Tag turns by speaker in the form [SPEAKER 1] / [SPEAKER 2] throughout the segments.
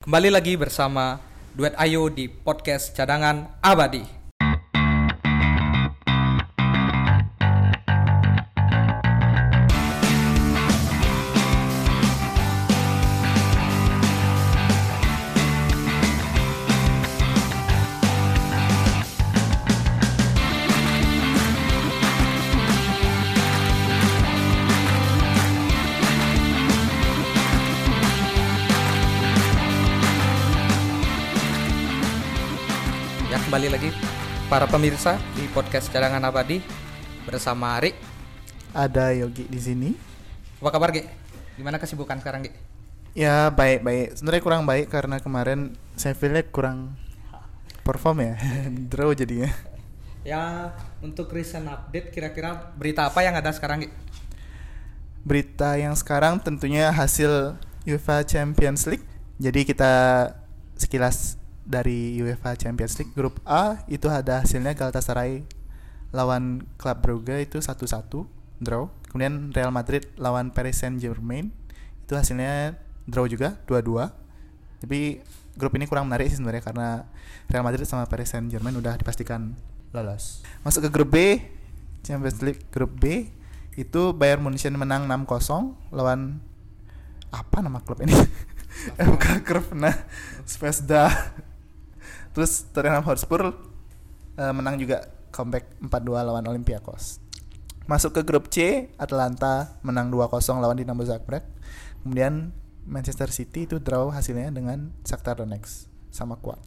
[SPEAKER 1] Kembali lagi bersama Duet Ayo di podcast cadangan abadi. Ya kembali lagi para pemirsa di podcast cadangan abadi bersama Ari.
[SPEAKER 2] Ada Yogi di sini.
[SPEAKER 1] Apa kabar Gi? Gimana kesibukan sekarang Gi?
[SPEAKER 2] Ya baik-baik. Sebenarnya kurang baik karena kemarin Sevilla kurang perform ya. Draw jadinya.
[SPEAKER 1] Ya untuk recent update kira-kira berita apa yang ada sekarang Gi?
[SPEAKER 2] Berita yang sekarang tentunya hasil UEFA Champions League. Jadi kita sekilas dari UEFA Champions League grup A itu ada hasilnya Galatasaray lawan Club Brugge itu 1-1 draw. Kemudian Real Madrid lawan Paris Saint-Germain itu hasilnya draw juga 2-2. Tapi grup ini kurang menarik sih sebenarnya karena Real Madrid sama Paris Saint-Germain udah dipastikan lolos. Masuk ke grup B Champions League grup B itu Bayern Munchen menang 6-0 lawan apa nama klub ini? MK Krvna Spesda. Terus Tottenham Hotspur eh, menang juga comeback 4-2 lawan Olympiakos. Masuk ke grup C, Atlanta menang 2-0 lawan Dinamo Zagreb. Kemudian Manchester City itu draw hasilnya dengan Shakhtar Donetsk sama kuat.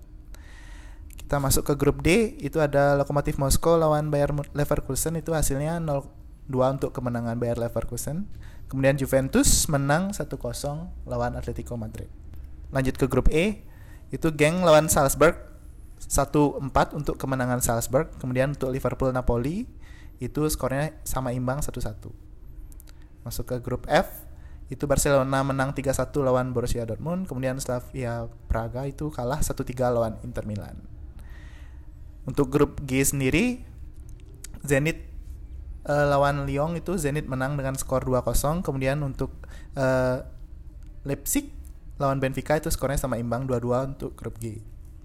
[SPEAKER 2] Kita masuk ke grup D, itu ada Lokomotif Moskow lawan Bayer Mu- Leverkusen itu hasilnya 0-2 untuk kemenangan Bayer Leverkusen. Kemudian Juventus menang 1-0 lawan Atletico Madrid. Lanjut ke grup E, itu geng lawan Salzburg 1-4 untuk kemenangan Salzburg. Kemudian untuk Liverpool Napoli itu skornya sama imbang 1-1. Masuk ke grup F, itu Barcelona menang 3-1 lawan Borussia Dortmund, kemudian Slavia Praga itu kalah 1-3 lawan Inter Milan. Untuk grup G sendiri, Zenit eh, lawan Lyon itu Zenit menang dengan skor 2-0, kemudian untuk eh, Leipzig lawan Benfica itu skornya sama imbang 2-2 untuk grup G.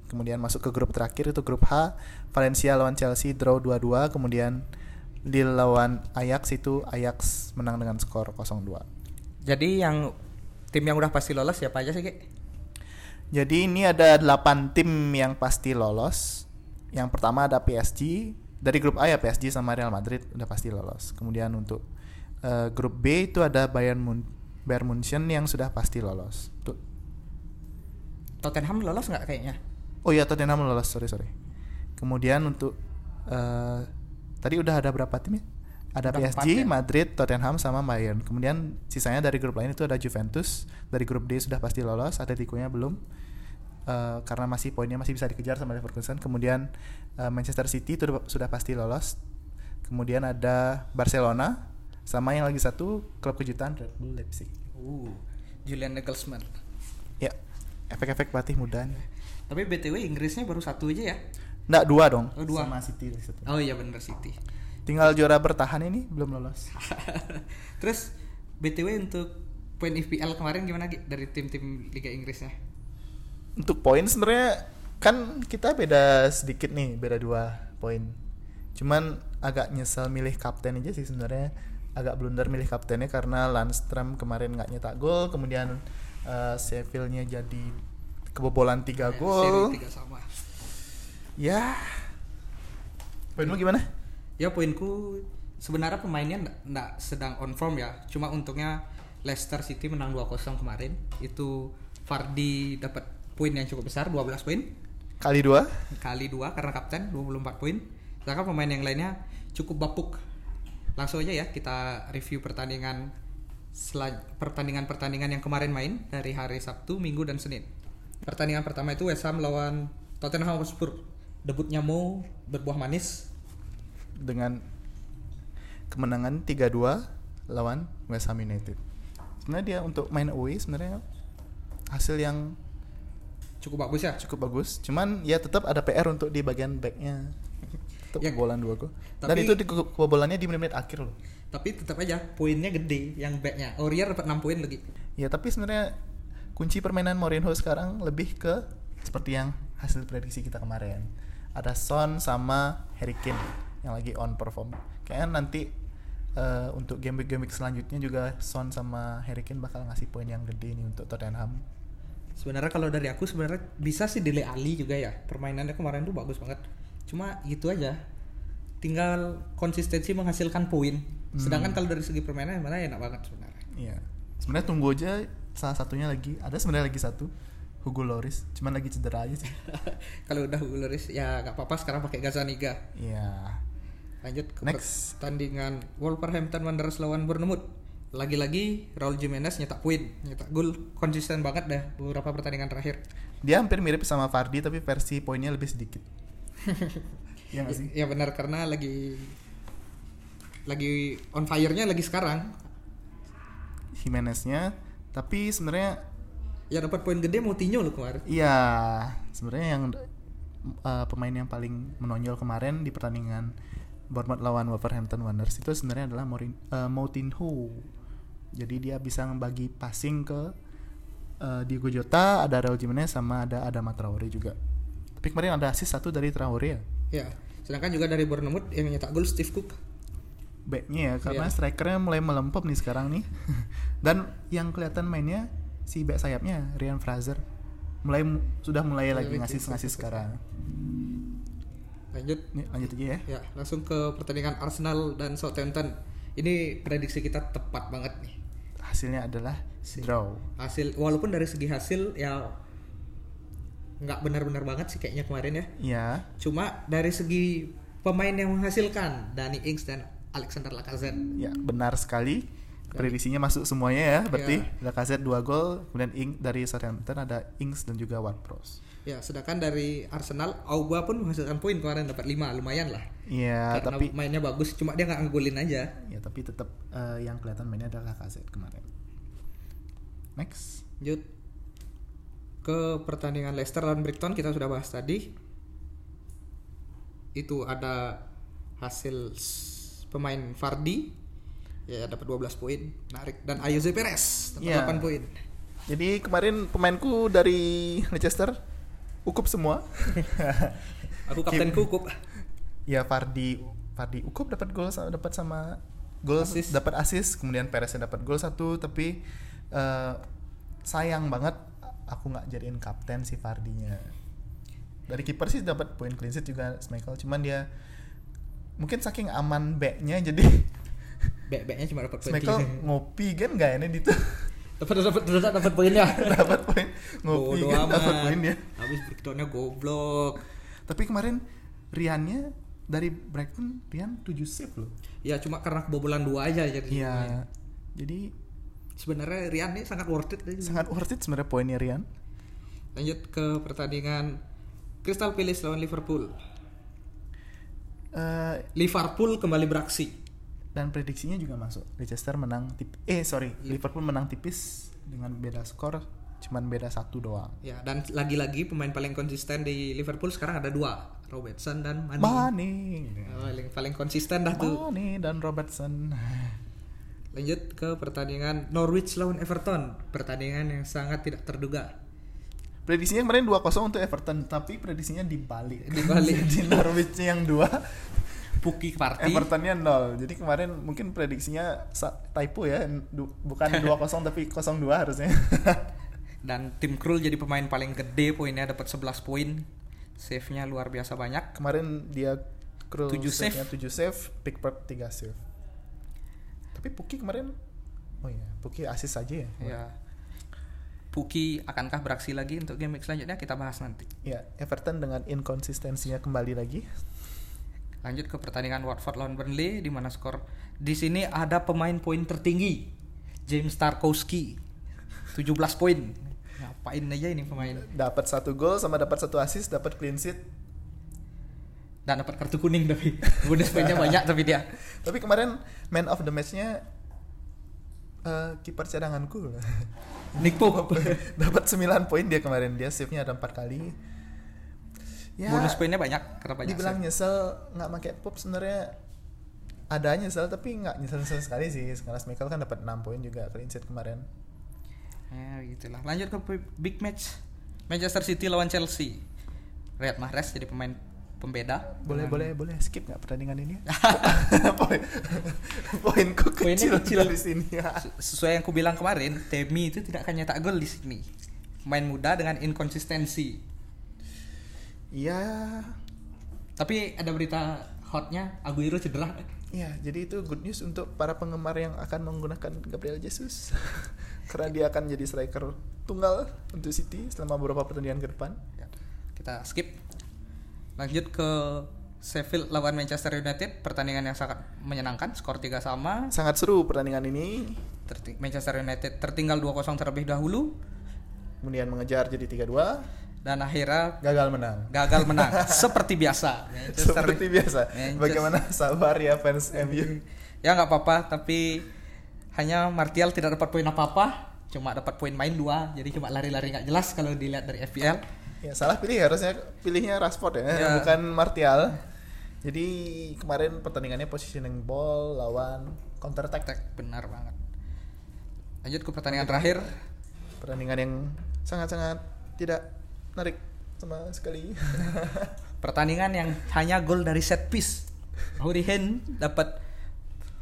[SPEAKER 2] Kemudian masuk ke grup terakhir itu grup H, Valencia lawan Chelsea draw 2-2, kemudian Lille lawan Ajax itu Ajax menang dengan skor 0-2.
[SPEAKER 1] Jadi yang tim yang udah pasti lolos siapa aja sih Gi?
[SPEAKER 2] Jadi ini ada 8 tim yang pasti lolos. Yang pertama ada PSG dari grup A ya PSG sama Real Madrid udah pasti lolos. Kemudian untuk eh, grup B itu ada Bayern Mun Bayern Munchen yang sudah pasti lolos. Tuh.
[SPEAKER 1] Tottenham lolos nggak kayaknya?
[SPEAKER 2] Oh iya Tottenham lolos sorry sorry. Kemudian untuk eh, tadi udah ada berapa tim ya? Ada
[SPEAKER 1] Udah
[SPEAKER 2] PSG,
[SPEAKER 1] empat ya?
[SPEAKER 2] Madrid, Tottenham sama Bayern. Kemudian sisanya dari grup lain itu ada Juventus dari grup D sudah pasti lolos, Atletico-nya belum. Eh, karena masih poinnya masih bisa dikejar sama Leverkusen. Kemudian eh, Manchester City itu udah- sudah pasti lolos. Kemudian ada Barcelona sama yang lagi satu klub kejutan Red Bull Leipzig.
[SPEAKER 1] Uh, Julian Nagelsmann.
[SPEAKER 2] Ya, efek-efek pelatih muda nih.
[SPEAKER 1] Tapi BTW Inggrisnya baru satu aja ya?
[SPEAKER 2] Nggak dua dong.
[SPEAKER 1] Oh, dua.
[SPEAKER 2] Sama City di situ.
[SPEAKER 1] Oh iya bener City.
[SPEAKER 2] Tinggal juara bertahan ini belum lolos.
[SPEAKER 1] Terus BTW untuk poin IPL kemarin gimana Gi? dari tim-tim Liga Inggrisnya?
[SPEAKER 2] Untuk poin sebenarnya kan kita beda sedikit nih, beda dua poin. Cuman agak nyesel milih kapten aja sih sebenarnya. Agak blunder milih kaptennya karena Landstrom kemarin nggak nyetak gol, kemudian eh, Sheffieldnya jadi kebobolan tiga
[SPEAKER 1] Eh,
[SPEAKER 2] gol.
[SPEAKER 1] Seri tiga sama.
[SPEAKER 2] Ya. Poinmu gimana?
[SPEAKER 1] Ya poinku sebenarnya pemainnya ndak- ndak sedang on form ya. Cuma untungnya Leicester City menang 2-0 kemarin. Itu Fardi dapat poin yang cukup besar 12 poin
[SPEAKER 2] Kali dua?
[SPEAKER 1] kali 2 karena kapten 24 poin. Sedangkan pemain yang lainnya cukup bapuk. Langsung aja ya kita review pertandingan selan- pertandingan-pertandingan yang kemarin main dari hari Sabtu, Minggu dan Senin. Pertandingan pertama itu West Ham lawan Tottenham Hotspur. Debutnya Mo berbuah manis
[SPEAKER 2] dengan kemenangan 3-2 lawan West Ham United. Sebenarnya dia untuk main away sebenarnya hasil yang
[SPEAKER 1] cukup bagus ya
[SPEAKER 2] cukup bagus. Cuman ya tetap ada PR untuk di bagian backnya. Tetap
[SPEAKER 1] Ya,
[SPEAKER 2] kebobolan dua gol. Dan
[SPEAKER 1] tapi-
[SPEAKER 2] itu di ke- kebobolannya di menit-menit akhir loh.
[SPEAKER 1] tapi tetap aja poinnya gede yang backnya Aurier dapat 6 poin lagi
[SPEAKER 2] Ya tapi sebenarnya kunci permainan Mourinho sekarang lebih ke seperti yang hasil prediksi kita kemarin. Ada Son sama Harry Kane yang lagi on perform. Kayaknya nanti eh, untuk game week game week selanjutnya juga Son sama Harry Kane bakal ngasih poin yang gede nih untuk Tottenham.
[SPEAKER 1] Sebenarnya kalau dari aku sebenarnya bisa sih Dele Ali juga ya. Permainannya kemarin tuh bagus banget. Cuma gitu aja. Tinggal konsistensi menghasilkan poin.
[SPEAKER 2] Hmm.
[SPEAKER 1] Sedangkan kalau dari segi permainan mana enak banget sebenarnya.
[SPEAKER 2] Iya. Sebenarnya tunggu aja salah satunya lagi. Ada sebenarnya lagi satu Hugo Loris, cuman lagi cedera aja sih.
[SPEAKER 1] kalau udah Hugo Lloris, ya nggak apa-apa sekarang pakai Gazaniga.
[SPEAKER 2] Iya.
[SPEAKER 1] Lanjut ke
[SPEAKER 2] Next.
[SPEAKER 1] pertandingan Wolverhampton Wanderers lawan Bournemouth. Lagi-lagi Raul Jimenez nyetak poin, nyetak gol konsisten banget dah beberapa pertandingan terakhir.
[SPEAKER 2] Dia hampir mirip sama Fardi tapi versi poinnya lebih sedikit. Iya nggak sih?
[SPEAKER 1] Ya benar karena lagi lagi on fire-nya lagi sekarang.
[SPEAKER 2] Jimeneznya tapi sebenarnya
[SPEAKER 1] Ya dapat poin gede Moutinho loh kemarin.
[SPEAKER 2] iya sebenarnya yang eh, pemain yang paling menonjol kemarin di pertandingan Bournemouth lawan Wolverhampton Wanderers itu sebenarnya adalah Morin, eh, Moutinho. Jadi dia bisa membagi passing ke eh, Diego Jota, ada Raul Jimenez sama ada Adama Traore juga. Tapi kemarin ada assist satu dari Traore ya.
[SPEAKER 1] Ya, sedangkan juga dari Bournemouth yang nyetak gol Steve Cook.
[SPEAKER 2] backnya ya karena
[SPEAKER 1] Iya.
[SPEAKER 2] strikernya mulai melempem nih sekarang nih dan yang kelihatan mainnya si back sayapnya Ryan Fraser mulai sudah mulai lagi
[SPEAKER 1] Lagi
[SPEAKER 2] ngasih ngasih sekarang
[SPEAKER 1] Lanjut
[SPEAKER 2] nih lanjut aja ya
[SPEAKER 1] ya, langsung ke pertandingan Arsenal dan Southampton. Ini prediksi kita tepat banget nih.
[SPEAKER 2] hasilnya adalah draw
[SPEAKER 1] Hasil walaupun dari segi hasil ya nggak benar-benar banget sih kayaknya kemarin ya.
[SPEAKER 2] ya
[SPEAKER 1] Cuma dari segi pemain yang menghasilkan Dani Ings dan Alexander Lacazette.
[SPEAKER 2] ya benar sekali prediksinya masuk semuanya ya berarti Lacazette 2 gol kemudian Ing dari Southampton ada Ings dan juga Ward-Prowse
[SPEAKER 1] Ya, sedangkan dari Arsenal Auba pun menghasilkan poin kemarin dapat 5, lumayan lah.
[SPEAKER 2] ya
[SPEAKER 1] Karena
[SPEAKER 2] tapi
[SPEAKER 1] mainnya bagus, cuma dia nggak ngegolin aja.
[SPEAKER 2] ya tapi tetap eh, yang kelihatan mainnya adalah Lacazette kemarin next
[SPEAKER 1] Lanjut ke pertandingan Leicester lawan Brighton kita sudah bahas tadi. Itu ada hasil s- pemain Fardi ya dapat 12 poin, menarik dan Ayoze Perez dapat
[SPEAKER 2] Ya.
[SPEAKER 1] 8 poin.
[SPEAKER 2] Jadi kemarin pemainku dari Leicester ukup semua.
[SPEAKER 1] Aku kapten kukup.
[SPEAKER 2] ya Fardi Fardi ukup dapat gol sa- dapat sama gol
[SPEAKER 1] Assist.
[SPEAKER 2] dapat assist kemudian Perez dapat gol satu tapi eh, sayang banget aku nggak jadiin kapten si Fardinya. Dari kiper sih dapat poin clean sheet juga Michael cuman dia mungkin saking aman backnya jadi
[SPEAKER 1] Bek-beknya cuma dapat poin. Iya.
[SPEAKER 2] Michael ngopi kan nggak enak itu
[SPEAKER 1] Dapat dapat dapat dapat poinnya.
[SPEAKER 2] dapat poin ngopi
[SPEAKER 1] Bodoh
[SPEAKER 2] kan dapat
[SPEAKER 1] amat.
[SPEAKER 2] poin dia.
[SPEAKER 1] Habis Brightonnya goblok.
[SPEAKER 2] Tapi kemarin Riannya dari Brighton Rian 7 save loh.
[SPEAKER 1] Ya cuma karena kebobolan dua aja jadi.
[SPEAKER 2] Iya. Jadi
[SPEAKER 1] Sebenarnya Rian ini sangat worth it.
[SPEAKER 2] sangat worth it sebenarnya poinnya Rian.
[SPEAKER 1] Lanjut ke pertandingan Crystal Palace lawan Liverpool.
[SPEAKER 2] Eh,
[SPEAKER 1] Liverpool kembali beraksi.
[SPEAKER 2] dan prediksinya juga masuk. Leicester menang tipis. Eh sorry, Liverpool menang tipis dengan beda skor cuman beda satu doang.
[SPEAKER 1] Ya, dan lagi-lagi pemain paling konsisten di Liverpool sekarang ada dua, Robertson dan Mane.
[SPEAKER 2] Mane.
[SPEAKER 1] Oh, Paling paling konsisten dah tuh.
[SPEAKER 2] Mane dan Robertson.
[SPEAKER 1] Lanjut ke pertandingan Norwich lawan Everton, pertandingan yang sangat tidak terduga.
[SPEAKER 2] Prediksinya kemarin 2-0 untuk Everton, tapi prediksinya dibalik.
[SPEAKER 1] Dibalik.
[SPEAKER 2] Jadi Norwich yang 2
[SPEAKER 1] Puki Party.
[SPEAKER 2] Evertonnya nol. Eh, Jadi kemarin mungkin prediksinya sa- typo ya, Du- bukan 2-0 tapi 0-2 harusnya.
[SPEAKER 1] dan tim Krul jadi pemain paling gede poinnya dapat 11 poin. Save-nya luar biasa banyak.
[SPEAKER 2] kemarin dia Krul
[SPEAKER 1] Tujuh
[SPEAKER 2] save-nya tujuh save, Pickford 3 save. Tapi Puki kemarin Oh iya, Puki asis aja ya.
[SPEAKER 1] Ya. Puki akankah beraksi lagi untuk game week selanjutnya kita bahas nanti.
[SPEAKER 2] Ya, Everton dengan inkonsistensinya kembali lagi.
[SPEAKER 1] Lanjut ke pertandingan Watford lawan Burnley di mana skor di sini ada pemain poin tertinggi James Tarkowski 17 poin. Ngapain aja ini pemain?
[SPEAKER 2] Dapat satu gol sama dapat satu asis, dapat clean sheet.
[SPEAKER 1] Dan dapat kartu kuning tapi bonus poinnya banyak tapi dia.
[SPEAKER 2] Tapi kemarin man of the match-nya eh, kiper cadanganku.
[SPEAKER 1] Nick Pope.
[SPEAKER 2] dapat 9 poin dia kemarin. Dia save-nya ada 4 kali. Ya,
[SPEAKER 1] Bonus poinnya banyak karena banyak.
[SPEAKER 2] dibilang
[SPEAKER 1] save.
[SPEAKER 2] nyesel nggak pakai pop sebenarnya ada nyesel tapi nggak nyesel nyesel sekali sih karena Michael kan dapat 6 poin juga clean sheet kemarin
[SPEAKER 1] Ya, begitulah. Lanjut ke big match. Manchester City lawan Chelsea. Riyad Mahrez jadi pemain pembeda.
[SPEAKER 2] Boleh
[SPEAKER 1] Dengan-
[SPEAKER 2] boleh boleh skip nggak pertandingan ini? Poin poinku
[SPEAKER 1] Poinnya
[SPEAKER 2] kecil,
[SPEAKER 1] kecil.
[SPEAKER 2] di sini. Ya.
[SPEAKER 1] Nah, Se- Sesuai yang aku bilang kemarin, Temi itu tidak akan nyetak gol di sini. Pemain muda dengan inkonsistensi.
[SPEAKER 2] Iya.
[SPEAKER 1] Tapi ada berita hotnya Aguero cedera.
[SPEAKER 2] Iya, jadi itu good news untuk para penggemar yang akan menggunakan Gabriel Jesus. Karena dia akan jadi striker tunggal untuk City selama beberapa pertandingan ke depan.
[SPEAKER 1] Ya, Kita skip. Lanjut ke Sheffield lawan Manchester United, pertandingan yang sangat menyenangkan, skor 3 sama.
[SPEAKER 2] Sangat seru pertandingan ini.
[SPEAKER 1] Terti- Manchester United tertinggal 2-0 terlebih dahulu
[SPEAKER 2] Kemudian mengejar jadi 3-2,
[SPEAKER 1] dan akhirnya
[SPEAKER 2] gagal menang.
[SPEAKER 1] gagal menang seperti biasa. Manchester-
[SPEAKER 2] Seperti biasa.
[SPEAKER 1] Manchester-
[SPEAKER 2] Bagaimana sabar ya fans MU?
[SPEAKER 1] Ya nggak apa-apa, tapi hanya Martial tidak dapat poin apa-apa, cuma dapat poin main dua, jadi cuma lari-lari nggak jelas kalau dilihat dari FPL.
[SPEAKER 2] Ya salah pilih harusnya pilihnya Rashford ya,
[SPEAKER 1] Ya.
[SPEAKER 2] bukan Martial. Jadi kemarin pertandingannya positioning ball lawan counter attack.
[SPEAKER 1] Tek, benar banget. Lanjut ke pertandingan terakhir,
[SPEAKER 2] Pertandingan yang sangat-sangat tidak menarik sama sekali.
[SPEAKER 1] pertandingan yang hanya gol dari set piece. Hurihen dapat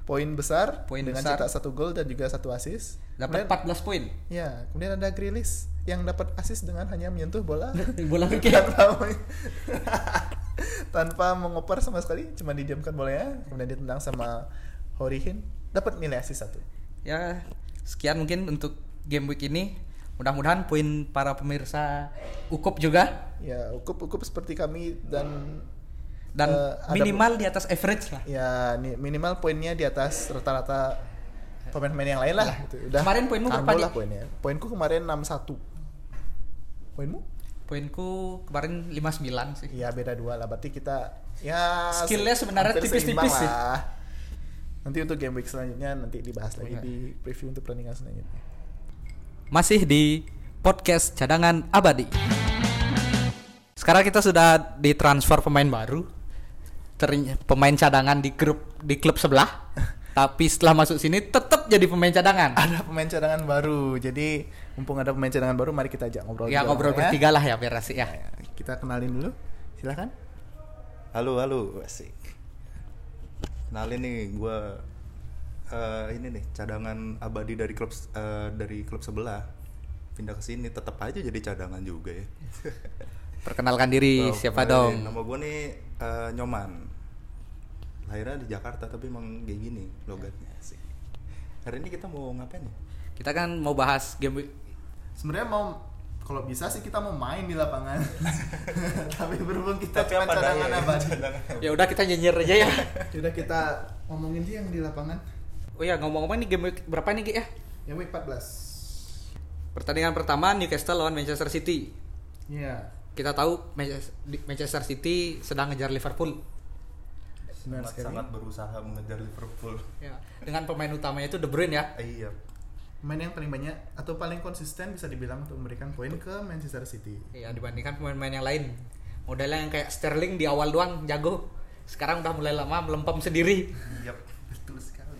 [SPEAKER 2] Poin besar
[SPEAKER 1] Poin
[SPEAKER 2] dengan
[SPEAKER 1] besar.
[SPEAKER 2] cetak satu gol dan juga satu assist.
[SPEAKER 1] dapat
[SPEAKER 2] Kemudian-
[SPEAKER 1] 14 poin.
[SPEAKER 2] Ya, kemudian ada Grilis yang dapat assist dengan hanya menyentuh bola
[SPEAKER 1] Bola pikir.
[SPEAKER 2] tanpa tanpa mengoper sama sekali, cuma didiamkan bolanya, kemudian ditendang sama Horihin, dapat nilai assist satu.
[SPEAKER 1] Ya, sekian mungkin untuk game week ini. Mudah-mudahan poin para pemirsa ukup juga
[SPEAKER 2] Ya, ukup-ukup seperti kami dan
[SPEAKER 1] dan
[SPEAKER 2] Eh, ada-
[SPEAKER 1] minimal di atas average lah.
[SPEAKER 2] ya ni- minimal poinnya di atas rata-rata pemain-pemain yang lain lah. gitu. Udah.
[SPEAKER 1] Kemarin poinmu
[SPEAKER 2] kanggo
[SPEAKER 1] berapa,
[SPEAKER 2] lah
[SPEAKER 1] Dik?
[SPEAKER 2] poinnya? Poinku kemarin 61. Poinmu?
[SPEAKER 1] Poinku kemarin 59 sih.
[SPEAKER 2] Iya beda dua lah. Berarti kita ya
[SPEAKER 1] Skillnya sebenarnya
[SPEAKER 2] hampir
[SPEAKER 1] tipis-tipis
[SPEAKER 2] seimbang
[SPEAKER 1] sih.
[SPEAKER 2] lah. Nanti untuk game week selanjutnya nanti dibahas lagi
[SPEAKER 1] Boleh.
[SPEAKER 2] di preview untuk pertandingan selanjutnya.
[SPEAKER 1] Masih di podcast cadangan abadi. Sekarang kita sudah ditransfer pemain baru. Ter- pemain cadangan di grup di klub sebelah. Tapi setelah masuk sini tetap jadi pemain cadangan.
[SPEAKER 2] Ada pemain cadangan baru. Jadi mumpung ada pemain cadangan baru, mari kita ajak ngobrol.
[SPEAKER 1] Ya
[SPEAKER 2] juga
[SPEAKER 1] ngobrol
[SPEAKER 2] orangnya.
[SPEAKER 1] bertiga lah ya biar asik ya.
[SPEAKER 2] Ya, Kita kenalin dulu. Silakan.
[SPEAKER 3] Halo, halo, asik. Kenalin nih, gue ini nih cadangan abadi dari klub s- eh, dari klub sebelah pindah ke sini tetap aja jadi cadangan juga ya.
[SPEAKER 1] Perkenalkan diri
[SPEAKER 3] Oh,
[SPEAKER 1] siapa
[SPEAKER 3] kenalin,
[SPEAKER 1] dong?
[SPEAKER 3] Nama gue nih eh, Nyoman. Lahirnya di Jakarta tapi emang kayak gini logatnya asik. Hari ini kita mau ngapain ya?
[SPEAKER 1] Kita kan mau bahas game week-
[SPEAKER 2] Sebenarnya mau kalau bisa sih kita mau main di lapangan. Tapi berhubung kita
[SPEAKER 3] Tapi
[SPEAKER 2] cuma
[SPEAKER 3] apa adanya
[SPEAKER 2] cadangan
[SPEAKER 3] ya,
[SPEAKER 2] abadi.
[SPEAKER 3] cadangan.
[SPEAKER 1] Ya udah kita nyinyir aja ya.
[SPEAKER 2] Sudah kita ngomongin dia yang di lapangan.
[SPEAKER 1] Oh ya ngomong-ngomong ini game week berapa nih Ki ya?
[SPEAKER 2] Yang week 14.
[SPEAKER 1] Pertandingan pertama Newcastle lawan Manchester City.
[SPEAKER 2] Iya.
[SPEAKER 1] Kita tahu Manchester- di- Manchester City sedang ngejar Liverpool.
[SPEAKER 2] Benar
[SPEAKER 3] Sangat,
[SPEAKER 2] sekali.
[SPEAKER 3] sangat berusaha mengejar Liverpool.
[SPEAKER 1] Ya, dengan pemain utamanya itu De Bruyne ya.
[SPEAKER 3] Eh, iya.
[SPEAKER 2] Pemain yang paling banyak atau paling konsisten bisa dibilang untuk memberikan poin ke Manchester City.
[SPEAKER 1] Ya dibandingkan pemain-pemain yang lain. Modelnya yang kayak Sterling di awal doang jago. Sekarang udah mulai lama melempem sendiri.
[SPEAKER 3] Iya, betul sekali.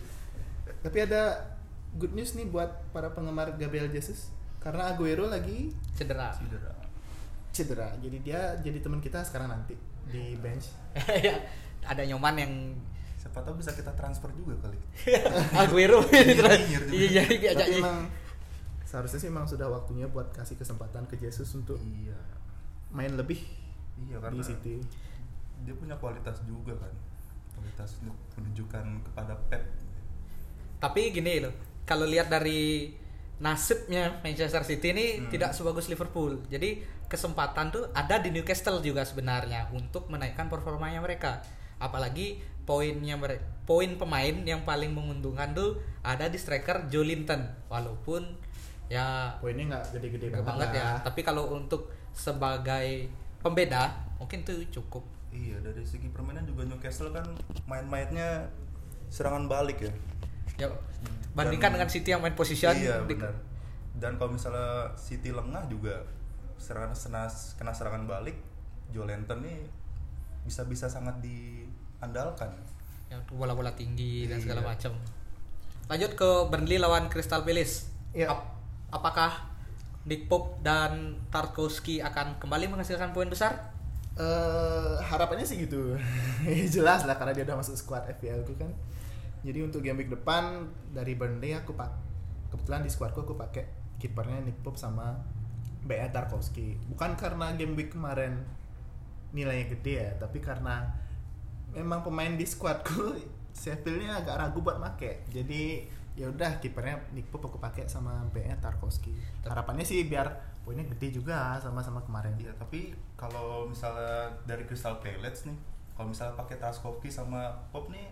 [SPEAKER 2] Tapi ada good news nih buat para penggemar Gabriel Jesus karena Aguero lagi
[SPEAKER 1] Cedera.
[SPEAKER 3] Cedera.
[SPEAKER 2] cedera. Jadi dia jadi teman kita sekarang nanti di bench.
[SPEAKER 1] ya, ada nyoman yang
[SPEAKER 3] Siapa tahu bisa kita transfer juga kali.
[SPEAKER 1] Aguero Iya,
[SPEAKER 3] Nyinyir juga.
[SPEAKER 1] iya, iya,
[SPEAKER 2] Tapi
[SPEAKER 1] iya.
[SPEAKER 2] emang seharusnya sih emang sudah waktunya buat kasih kesempatan ke Jesus untuk
[SPEAKER 3] Iya.
[SPEAKER 2] main lebih di
[SPEAKER 3] Iya karena
[SPEAKER 2] City.
[SPEAKER 3] dia punya kualitas juga kan. Kualitas untuk menunjukkan kepada Pep.
[SPEAKER 1] Tapi gini loh, kalau lihat dari nasibnya Manchester City ini
[SPEAKER 3] Hmm.
[SPEAKER 1] tidak sebagus Liverpool. Jadi kesempatan tuh ada di Newcastle juga sebenarnya untuk menaikkan performanya mereka. Apalagi poinnya mereka, poin pemain yang paling menguntungkan tuh ada di striker Jolinton. Walaupun ya
[SPEAKER 2] Poinnya nggak
[SPEAKER 3] Iya,
[SPEAKER 2] gede-gede
[SPEAKER 1] gede
[SPEAKER 2] banget,
[SPEAKER 1] banget ya,
[SPEAKER 2] lah.
[SPEAKER 1] tapi kalau untuk sebagai pembeda mungkin tuh cukup.
[SPEAKER 3] Iya dari segi permainan juga Newcastle kan main-mainnya serangan balik ya.
[SPEAKER 1] Ya bandingkan dengan City
[SPEAKER 2] Eh,
[SPEAKER 1] yang main position
[SPEAKER 3] Hmm. iya
[SPEAKER 1] di-
[SPEAKER 3] benar. Dan kalau misalnya City lengah juga serangan kena, kena serangan balik, Jolenton nih bisa-bisa sangat diandalkan.
[SPEAKER 1] yang Ya, bola-bola tinggi dan segala
[SPEAKER 3] Iya.
[SPEAKER 1] macam. Lanjut ke Burnley lawan Crystal Palace.
[SPEAKER 2] Iya.
[SPEAKER 1] Ap- apakah Nick Pope dan Tarkowski akan kembali menghasilkan poin besar?
[SPEAKER 2] Eh, harapannya sih gitu Ya, jelas lah karena dia udah masuk squad FPL ku kan jadi untuk game week depan dari Burnley aku pak kebetulan di squadku aku pakai kipernya Nick Pope sama BR Tarkowski bukan karena game week kemarin nilainya gede ya tapi karena memang pemain di squadku Sheffieldnya agak ragu buat make jadi ya udah kipernya Nick Pope aku pakai sama BR Tarkowski harapannya sih biar poinnya gede juga sama-sama kemarin
[SPEAKER 3] Iya, tapi kalau misalnya dari Crystal Palace nih, kalau misalnya pakai Tarkovsky sama Pop nih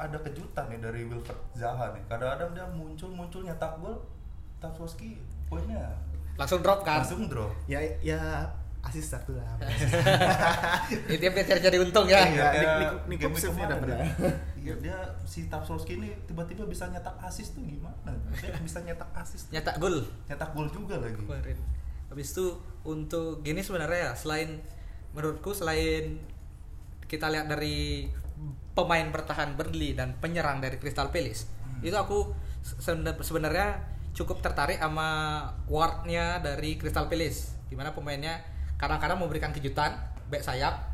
[SPEAKER 3] ada kejutan nih dari Wilfred Zaha nih. Kadang-kadang dia muncul-muncul nyetak gol, Tarkovsky poinnya
[SPEAKER 1] Langsung drop kan?
[SPEAKER 3] langsung drop.
[SPEAKER 2] ya ya asis satu lah
[SPEAKER 1] Itu biar cari-cari untung ya.
[SPEAKER 2] Iya.
[SPEAKER 3] kayak
[SPEAKER 2] Nick- Nick- Nick
[SPEAKER 3] game
[SPEAKER 2] Pope
[SPEAKER 3] week
[SPEAKER 2] save-nya
[SPEAKER 3] kemarin
[SPEAKER 2] dapet
[SPEAKER 3] ya.
[SPEAKER 2] ya.
[SPEAKER 3] Iya, dia si Tarkovsky ini tiba-tiba bisa nyetak assist tuh gimana? Dia bisa nyetak assist.
[SPEAKER 1] Nyetak gol
[SPEAKER 3] Nyetak gol juga lagi.
[SPEAKER 1] kemarin. Habis itu untuk gini sebenarnya ya, selain menurutku selain kita lihat dari pemain bertahan Burnley dan penyerang dari Crystal Palace, itu aku seben- sebenarnya cukup tertarik sama wardnya dari Crystal Palace, dimana pemainnya kadang-kadang memberikan kejutan, back sayap,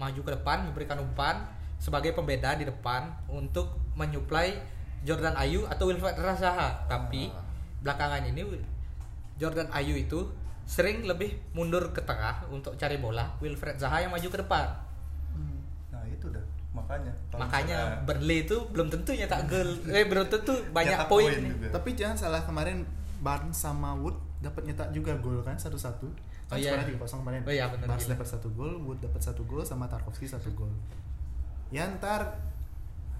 [SPEAKER 1] maju ke depan, memberikan umpan sebagai pembeda di depan untuk menyuplai Jordan Ayu atau Wilfred Nah, Zaha. Tapi belakangan ini Jordan Ayu itu sering lebih mundur ke tengah untuk cari bola, Wilfred Zaha yang maju ke depan.
[SPEAKER 3] Nah, itu dah. Makanya. kalau
[SPEAKER 1] Makanya
[SPEAKER 3] misalnya
[SPEAKER 1] Burnley itu belum tentu nyetak gol, eh belum tentu banyak
[SPEAKER 3] nyetak
[SPEAKER 1] poin.
[SPEAKER 3] juga.
[SPEAKER 2] tapi jangan salah kemarin Barnes sama Wood dapat nyetak juga gol kan satu-satu
[SPEAKER 1] Oh
[SPEAKER 2] kan
[SPEAKER 1] iya.
[SPEAKER 2] sekarang 3-0 kemarin
[SPEAKER 1] Oh iya, benar,
[SPEAKER 2] Barnes
[SPEAKER 1] gila.
[SPEAKER 2] dapat satu gol Wood dapat satu gol sama Tarkovsky satu gol ya ntar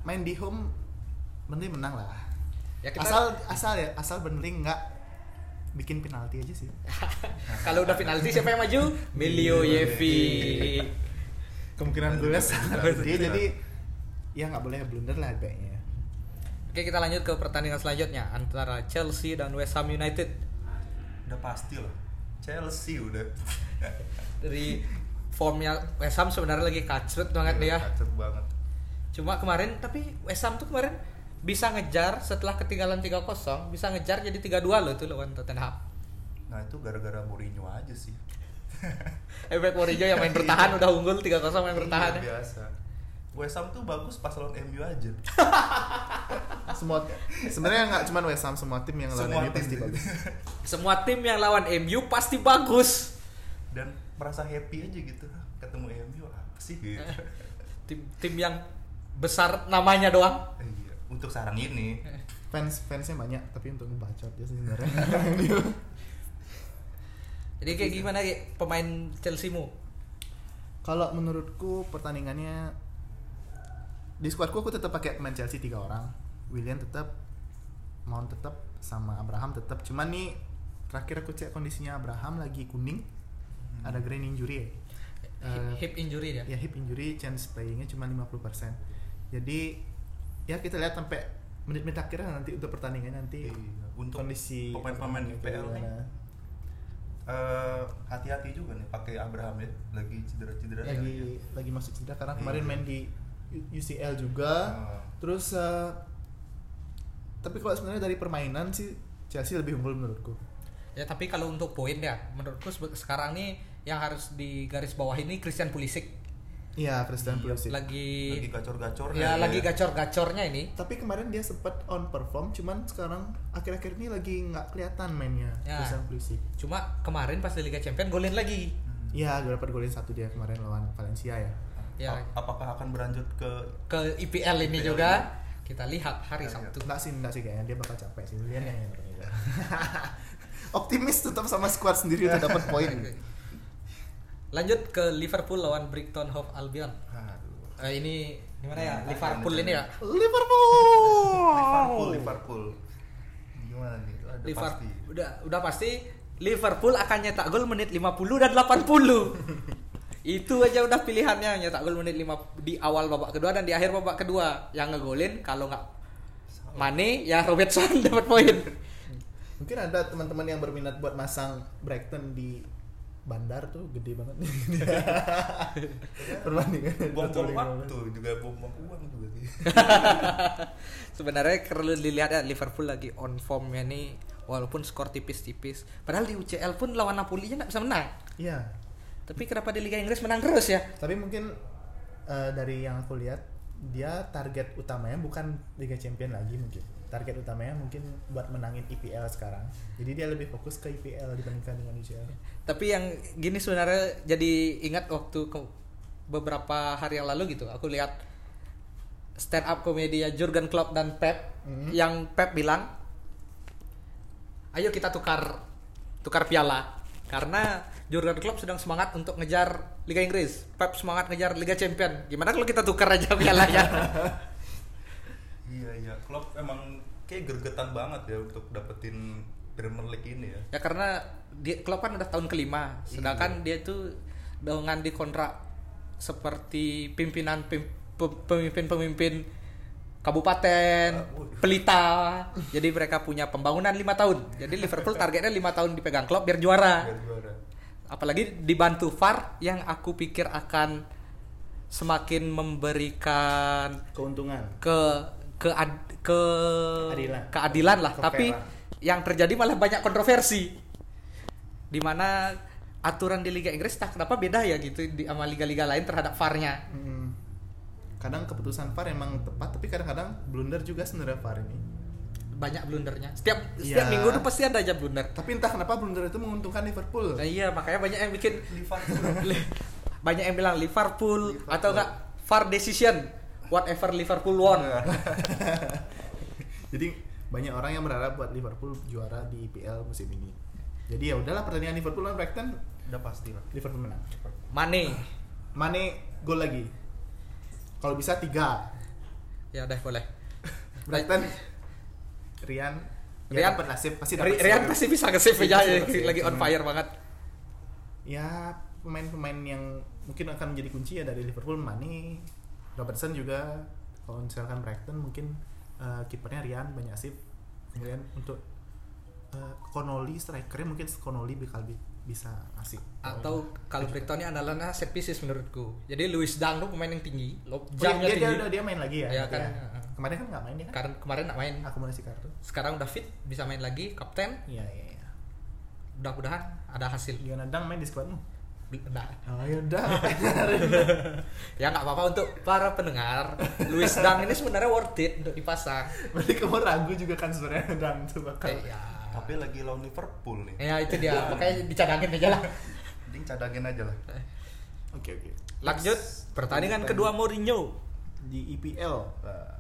[SPEAKER 2] main di home Burnley menang lah
[SPEAKER 1] Ya kita
[SPEAKER 2] asal asal ya asal Burnley nggak bikin penalti aja sih
[SPEAKER 1] kalau udah penalti siapa yang maju? Milio Yevi.
[SPEAKER 2] kemungkinan golnya sangat
[SPEAKER 3] Betul.
[SPEAKER 2] gede jadi ya nggak boleh blunder lah kayaknya
[SPEAKER 1] Oke, kita lanjut ke pertandingan selanjutnya antara Chelsea dan West Ham United.
[SPEAKER 3] udah pasti lah. Chelsea udah.
[SPEAKER 1] Dari formnya West Ham sebenarnya lagi kacret banget nih ya.
[SPEAKER 3] Kacet banget.
[SPEAKER 1] Cuma kemarin tapi West Ham tuh kemarin bisa ngejar setelah ketinggalan 3-0, bisa ngejar jadi 3-2 loh tuh lawan Tottenham.
[SPEAKER 3] Nah itu gara-gara Mourinho aja sih.
[SPEAKER 1] Ebert Mourinho Eh, yang main bertahan udah unggul 3-0 main bertahan. ya?
[SPEAKER 3] Iya, biasa. West Ham tuh bagus pas lawan MU aja.
[SPEAKER 2] semua sebenarnya nggak cuma West Ham semua tim yang lawan
[SPEAKER 3] Ah, Semua
[SPEAKER 2] ini pasti
[SPEAKER 3] tim.
[SPEAKER 2] bagus
[SPEAKER 1] Semua tim yang lawan MU pasti bagus.
[SPEAKER 3] Dan merasa happy aja gitu. Hah, Ketemu MU apa sih
[SPEAKER 1] Iya.
[SPEAKER 3] gitu.
[SPEAKER 1] Tim tim yang besar namanya doang.
[SPEAKER 3] Eh, Iya. Untuk sarang ini.
[SPEAKER 2] fans fansnya banyak tapi untuk ngebacot dia sih sebenarnya
[SPEAKER 1] Jadi kayak gimana Ki, pemain Chelsea-mu?
[SPEAKER 2] kalau menurutku pertandingannya di squadku aku tetap pakai pemain Chelsea tiga orang William tetap Mount tetap sama Abraham tetap cuman nih terakhir aku cek kondisinya Abraham lagi kuning
[SPEAKER 3] Hmm.
[SPEAKER 2] ada grain injury ya Eh,
[SPEAKER 1] Hip injury dia.
[SPEAKER 2] ya hip injury chance playingnya cuma 50% jadi ya kita lihat sampai menit-menit akhir lah nanti untuk pertandingannya nanti
[SPEAKER 3] Iya, untuk
[SPEAKER 2] kondisi
[SPEAKER 3] pemain-pemain
[SPEAKER 2] pertandingan
[SPEAKER 3] IPL
[SPEAKER 2] kayak
[SPEAKER 3] nih.
[SPEAKER 2] gimana.
[SPEAKER 3] Eh, hati-hati juga nih pakai Abraham ya lagi cedera-cedera
[SPEAKER 2] lagi lagi masuk cedera karena kemarin
[SPEAKER 3] Iya.
[SPEAKER 2] main di U- UCL juga
[SPEAKER 3] Ah.
[SPEAKER 2] terus eh, tapi kalau sebenarnya dari permainan sih Chelsea lebih unggul menurutku
[SPEAKER 1] Ya tapi kalau untuk poin ya, menurutku sebe- sekarang nih yang harus di garis bawah ini Christian Pulisic
[SPEAKER 2] iya Christian
[SPEAKER 3] Iya,
[SPEAKER 2] Pulisic
[SPEAKER 1] lagi
[SPEAKER 3] lagi iya. gacor-gacor
[SPEAKER 1] ya, lagi gacor-gacornya ini.
[SPEAKER 2] tapi kemarin dia sempat on perform cuman sekarang akhir-akhir ini lagi nggak kelihatan mainnya
[SPEAKER 1] Ya.
[SPEAKER 2] Christian Pulisic
[SPEAKER 1] Cuma kemarin pas di Liga Champions golin lagi.
[SPEAKER 3] Hmm.
[SPEAKER 2] Iya, gue dapat golin satu dia kemarin lawan Valencia ya.
[SPEAKER 1] Ya.
[SPEAKER 3] A- apakah akan berlanjut ke
[SPEAKER 1] Ke IPL ini
[SPEAKER 3] IPL.
[SPEAKER 1] juga ya. kita lihat hari
[SPEAKER 3] Iya, iya.
[SPEAKER 1] Sabtu.
[SPEAKER 2] Enggak sih, enggak sih kayaknya dia bakal capek sih. Lian yang nyerang juga. Optimis tetap sama squad sendiri udah dapat poin.
[SPEAKER 1] Hmm. Lanjut ke Liverpool lawan Brighton Hove Albion.
[SPEAKER 3] Aduh.
[SPEAKER 1] Eh, ini gimana ya?
[SPEAKER 3] Nah,
[SPEAKER 1] Liverpool
[SPEAKER 3] ini
[SPEAKER 1] ini ya.
[SPEAKER 3] Liverpool
[SPEAKER 2] Oh. Liverpool.
[SPEAKER 3] Liverpool gimana nih ada
[SPEAKER 1] Liverpool
[SPEAKER 3] pasti
[SPEAKER 1] udah udah pasti Liverpool akan nyetak gol menit 50 dan 80. Itu aja udah pilihannya nyetak gol menit 5 di awal babak kedua dan di akhir babak kedua. Yang ngegolin kalau nggak Mane ya Robertson dapat poin.
[SPEAKER 2] Mungkin ada teman-teman yang berminat buat masang Brighton di bandar tuh gede banget nih. Perbandingan
[SPEAKER 3] buang-buang waktu juga buang-buang uang juga sih
[SPEAKER 1] Sebenarnya perlu dilihat ya Liverpool lagi on formnya nih walaupun skor tipis-tipis. Padahal di UCL pun lawan Napoli nya nggak bisa menang.
[SPEAKER 2] Iya.
[SPEAKER 1] Tapi kenapa di Liga Inggris menang terus ya?
[SPEAKER 2] Tapi mungkin eh, dari yang aku lihat dia target utamanya bukan Liga Champion lagi mungkin. Target utamanya mungkin buat menangin IPL sekarang. Jadi dia lebih fokus ke IPL dibandingkan dengan UCL.
[SPEAKER 1] Tapi yang gini sebenarnya jadi ingat waktu ke- beberapa hari yang lalu gitu, aku lihat stand up komedia Jurgen Klopp dan Pep
[SPEAKER 2] Mhm.
[SPEAKER 1] yang Pep bilang, "Ayo kita tukar tukar piala." Karena Jurgen Klopp sedang semangat untuk ngejar Liga Inggris, Pep semangat ngejar Liga Champion. Gimana kalau kita tukar aja pialanya?
[SPEAKER 3] Iya iya, Klopp emang kayak gergetan banget ya untuk dapetin Premier League ini ya.
[SPEAKER 1] ya karena dia Klopp kan udah tahun kelima
[SPEAKER 3] Hmm.
[SPEAKER 1] sedangkan dia itu dengan dikontrak seperti pimpinan pim- pe- pemimpin-pemimpin kabupaten
[SPEAKER 3] Ah, waduh.
[SPEAKER 1] pelita jadi mereka punya pembangunan lima tahun jadi Liverpool targetnya lima tahun dipegang Klopp biar juara
[SPEAKER 3] Biar
[SPEAKER 1] Ah.
[SPEAKER 3] juara.
[SPEAKER 1] apalagi dibantu VAR yang aku pikir akan semakin memberikan
[SPEAKER 2] Keuntungan.
[SPEAKER 1] ke ke ke
[SPEAKER 2] Keadilan.
[SPEAKER 1] keadilan lah
[SPEAKER 2] Ke
[SPEAKER 1] tapi
[SPEAKER 2] fair lah.
[SPEAKER 1] yang terjadi malah banyak kontroversi di mana aturan di Liga Inggris tak kenapa beda ya gitu di sama liga-liga lain terhadap VAR-nya
[SPEAKER 2] Mm. Kadang keputusan VAR emang tepat, tapi kadang-kadang blunder juga sebenarnya VAR ini.
[SPEAKER 1] banyak blundernya setiap setiap
[SPEAKER 2] Iya.
[SPEAKER 1] minggu tuh pasti ada aja blunder
[SPEAKER 2] Tapi entah kenapa blunder itu menguntungkan Liverpool.
[SPEAKER 1] nah, iya makanya banyak yang bikin
[SPEAKER 3] Liverpool.
[SPEAKER 1] li- banyak yang bilang Liverpool,
[SPEAKER 3] Liverpool.
[SPEAKER 1] atau enggak VAR decision whatever Liverpool won
[SPEAKER 2] Iya. Jadi banyak orang yang berharap buat Liverpool juara di IPL musim ini. Jadi ya udahlah pertandingan Liverpool lawan Brighton
[SPEAKER 3] Udah pasti lah.
[SPEAKER 2] Liverpool menang.
[SPEAKER 1] Mane
[SPEAKER 2] Mane gol lagi. Kalau bisa tiga.
[SPEAKER 1] ya udah boleh
[SPEAKER 2] Brighton Rian
[SPEAKER 1] Rian-
[SPEAKER 2] dapat lah save pasti dapat
[SPEAKER 1] Ri- Rian
[SPEAKER 2] save.
[SPEAKER 1] pasti bisa nge-save aja
[SPEAKER 2] Pasti dapat save.
[SPEAKER 1] lagi on
[SPEAKER 2] Hmm.
[SPEAKER 1] fire banget
[SPEAKER 2] Ya pemain-pemain yang mungkin akan menjadi kunci ya dari Liverpool Mane, Robertson juga kalau misalkan Brighton mungkin eh, kipernya Rian banyak save. Kemudian untuk eh, Connolly strikernya mungkin Connolly bakal bi- bisa asik.
[SPEAKER 1] atau
[SPEAKER 2] Oh.
[SPEAKER 1] kalau Brighton ini andalannya set pieces menurutku. Jadi Luis Dang tuh pemain yang tinggi, lob
[SPEAKER 2] Oh,
[SPEAKER 1] jamnya
[SPEAKER 2] dia, dia,
[SPEAKER 1] tinggi.
[SPEAKER 2] dia, dia main lagi ya.
[SPEAKER 1] Iya,
[SPEAKER 2] nanti
[SPEAKER 1] kan.
[SPEAKER 2] ya? Kemarin kan nggak main ya kan?
[SPEAKER 1] Karena kemarin nggak main,
[SPEAKER 2] Akumulasi kartu.
[SPEAKER 1] sekarang udah fit, bisa main lagi, kapten.
[SPEAKER 2] Iya iya iya.
[SPEAKER 1] Mudah-mudahan ada hasil.
[SPEAKER 2] Gimana Dang main di squadmu?
[SPEAKER 1] Nah,
[SPEAKER 2] Oh ya udah.
[SPEAKER 1] ya nggak apa-apa untuk para pendengar. Luis Dang ini sebenarnya worth it untuk dipasang.
[SPEAKER 2] Berarti kamu ragu juga kan sebenarnya Dang tuh bakal.
[SPEAKER 1] Eh, ya.
[SPEAKER 3] Tapi lagi lawan Liverpool nih.
[SPEAKER 1] ya itu dia, makanya dicadangin aja lah.
[SPEAKER 3] Mending cadangin aja lah.
[SPEAKER 2] Oke oke.
[SPEAKER 1] Lanjut pertandingan kedua Mourinho
[SPEAKER 2] Di E EPL.
[SPEAKER 3] Nah,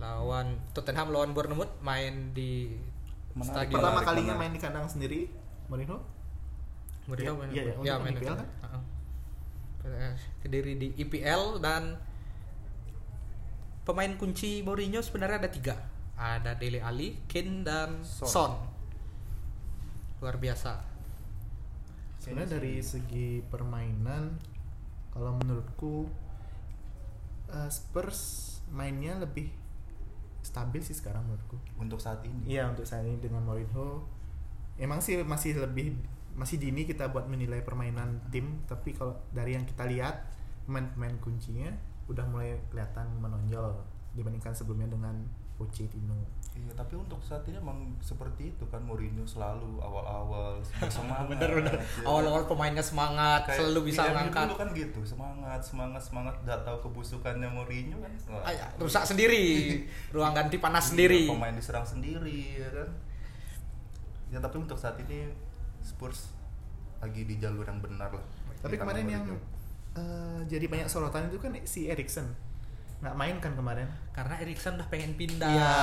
[SPEAKER 1] lawan Tottenham lawan Bournemouth main di
[SPEAKER 3] Menarik.
[SPEAKER 1] stadion
[SPEAKER 2] Pertama
[SPEAKER 3] menarik,
[SPEAKER 2] kalinya
[SPEAKER 3] menarik.
[SPEAKER 2] main di kandang sendiri. Mourinho.
[SPEAKER 1] Mourinho main
[SPEAKER 2] Iya, iya,
[SPEAKER 1] ya,
[SPEAKER 2] untuk
[SPEAKER 1] main
[SPEAKER 2] IPL kan?
[SPEAKER 1] Heeh. Eh, Kediri di IPL dan pemain kunci Mourinho sebenarnya ada tiga. Ada Dele Ali, Kane dan Son.
[SPEAKER 3] Son.
[SPEAKER 1] Luar biasa.
[SPEAKER 2] Sebenarnya dari segi permainan kalau menurutku eh, Spurs mainnya lebih stabil sih sekarang menurutku.
[SPEAKER 3] untuk saat ini.
[SPEAKER 2] Iya untuk saat ini dengan Mourinho emang sih masih lebih masih dini kita buat menilai permainan tim tapi kalau dari yang kita lihat pemain-pemain kuncinya udah mulai kelihatan menonjol dibandingkan sebelumnya dengan Pochettino.
[SPEAKER 3] Iya, tapi untuk saat ini emang seperti itu kan Mourinho selalu awal-awal semangat.
[SPEAKER 1] Bener-bener.
[SPEAKER 3] Iya.
[SPEAKER 1] Eh, Awal-awal pemainnya semangat,
[SPEAKER 3] Kayak
[SPEAKER 1] selalu bisa
[SPEAKER 3] di MU
[SPEAKER 1] ngangkat.
[SPEAKER 3] Dulu kan gitu, semangat, semangat, semangat, nggak tahu kebusukannya Mourinho kan. Wah.
[SPEAKER 1] Ay, Ah, ya, rusak sendiri, ruang ganti
[SPEAKER 3] Iya,
[SPEAKER 1] panas sendiri.
[SPEAKER 3] Pemain diserang sendiri, ya kan. Ya tapi untuk saat ini Spurs lagi di jalur yang benar lah.
[SPEAKER 2] Tapi
[SPEAKER 3] Di tangan
[SPEAKER 2] kemarin yang
[SPEAKER 3] Iya, Mourinho.
[SPEAKER 2] eh, jadi banyak sorotan itu kan si Erikson nggak main kan kemarin?
[SPEAKER 1] Karena Erikson udah pengen pindah.
[SPEAKER 2] Iya.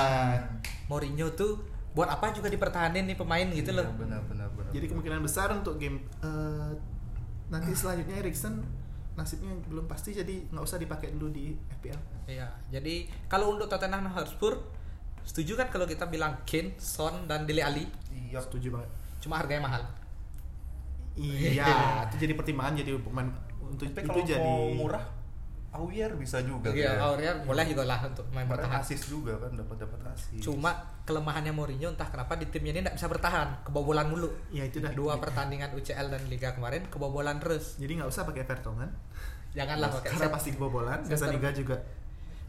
[SPEAKER 1] Mourinho tuh buat apa juga dipertahanin nih pemain gitu
[SPEAKER 3] Iya,
[SPEAKER 1] loh.
[SPEAKER 3] Benar, benar, benar.
[SPEAKER 2] Jadi kemungkinan besar untuk game eh, nanti selanjutnya Erikson nasibnya belum pasti jadi nggak usah dipakai dulu di FPL.
[SPEAKER 1] Iya, jadi kalau untuk Tottenham Hotspur setuju kan kalau kita bilang Kane, Son dan Dele Ali
[SPEAKER 3] Iya.
[SPEAKER 2] Setuju banget.
[SPEAKER 1] cuma harganya mahal.
[SPEAKER 2] Iya, itu jadi pertimbangan jadi pemain untuk itu
[SPEAKER 3] Tapi kalau
[SPEAKER 2] jadi
[SPEAKER 3] mau murah, Aurier bisa juga.
[SPEAKER 1] Iya,
[SPEAKER 3] kan, ya.
[SPEAKER 1] Aurier boleh juga lah untuk main
[SPEAKER 3] Kemarin
[SPEAKER 1] bertahan.
[SPEAKER 3] asis juga kan dapat dapat asis.
[SPEAKER 1] Cuma kelemahannya Mourinho entah kenapa di timnya ini tidak bisa bertahan, kebobolan mulu.
[SPEAKER 2] Ya itu dah.
[SPEAKER 1] Dua pertandingan UCL dan Liga kemarin kebobolan terus.
[SPEAKER 2] Jadi nggak usah pakai Vertonghen Kan
[SPEAKER 1] Janganlah pakai
[SPEAKER 2] karena
[SPEAKER 1] set.
[SPEAKER 2] pasti kebobolan.
[SPEAKER 1] Center.
[SPEAKER 2] Gazzaniga juga.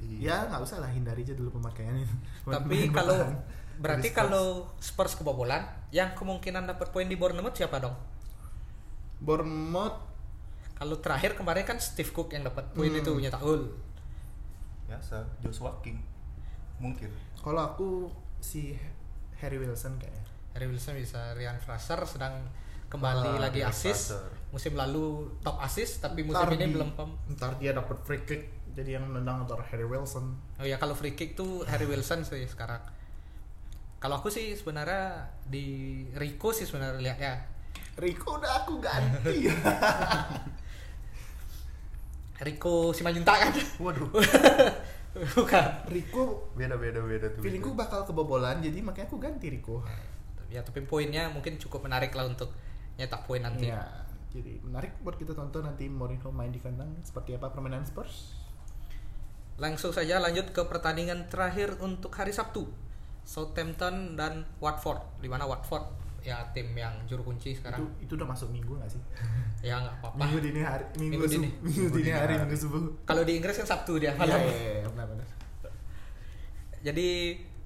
[SPEAKER 3] Iya.
[SPEAKER 2] Ya nggak usah lah hindari aja dulu pemakaian itu.
[SPEAKER 1] Tapi
[SPEAKER 2] Pemain
[SPEAKER 1] kalau
[SPEAKER 2] bertahan.
[SPEAKER 1] Berarti kalau Spurs kebobolan, yang kemungkinan dapat poin di Bournemouth siapa dong?
[SPEAKER 2] Bournemouth
[SPEAKER 1] Kalau terakhir kemarin kan Steve Cook yang dapat poin
[SPEAKER 2] Hmm.
[SPEAKER 1] itu nyetak gol.
[SPEAKER 3] biasa Joshua King mungkin
[SPEAKER 2] kalau aku si Harry Wilson kayaknya.
[SPEAKER 1] Harry Wilson bisa Ryan Fraser sedang kembali
[SPEAKER 2] Ah,
[SPEAKER 1] lagi
[SPEAKER 3] Ryan
[SPEAKER 1] asis.
[SPEAKER 3] Fraser.
[SPEAKER 1] Musim lalu top asis tapi musim ini
[SPEAKER 2] di-
[SPEAKER 1] belum pem.
[SPEAKER 2] Ntar dia dapat free kick jadi yang menendang atau Harry Wilson.
[SPEAKER 1] Oh ya kalau free kick tuh Harry Wilson sih sekarang. Kalau aku sih sebenarnya di Rico sih sebenarnya lihat ya.
[SPEAKER 2] Rico udah aku ganti.
[SPEAKER 1] Rico Simanjuntak kan?
[SPEAKER 2] Waduh.
[SPEAKER 1] Bukan.
[SPEAKER 2] Rico
[SPEAKER 3] beda beda beda tuh
[SPEAKER 2] feelingku
[SPEAKER 3] beda.
[SPEAKER 2] bakal kebobolan jadi makanya aku ganti Rico.
[SPEAKER 1] Ya tapi poinnya mungkin cukup menarik lah untuk nyetak poin nanti.
[SPEAKER 2] Iya. Jadi menarik buat kita tonton nanti Mourinho main di kandang seperti apa permainan Spurs.
[SPEAKER 1] Langsung saja lanjut ke pertandingan terakhir untuk hari Sabtu. Southampton dan Watford. Di mana Watford ya tim yang juru kunci
[SPEAKER 2] Itu
[SPEAKER 1] sekarang.
[SPEAKER 2] itu udah masuk minggu gak sih?
[SPEAKER 1] Ya nggak apa-apa.
[SPEAKER 2] Minggu dini hari minggu,
[SPEAKER 1] Minggu
[SPEAKER 2] sub-
[SPEAKER 1] dini.
[SPEAKER 2] minggu dini hari minggu subuh.
[SPEAKER 1] Kalau di Inggris kan Sabtu dia
[SPEAKER 2] Iya
[SPEAKER 1] malam.
[SPEAKER 2] iya iya, benar-benar.
[SPEAKER 1] Jadi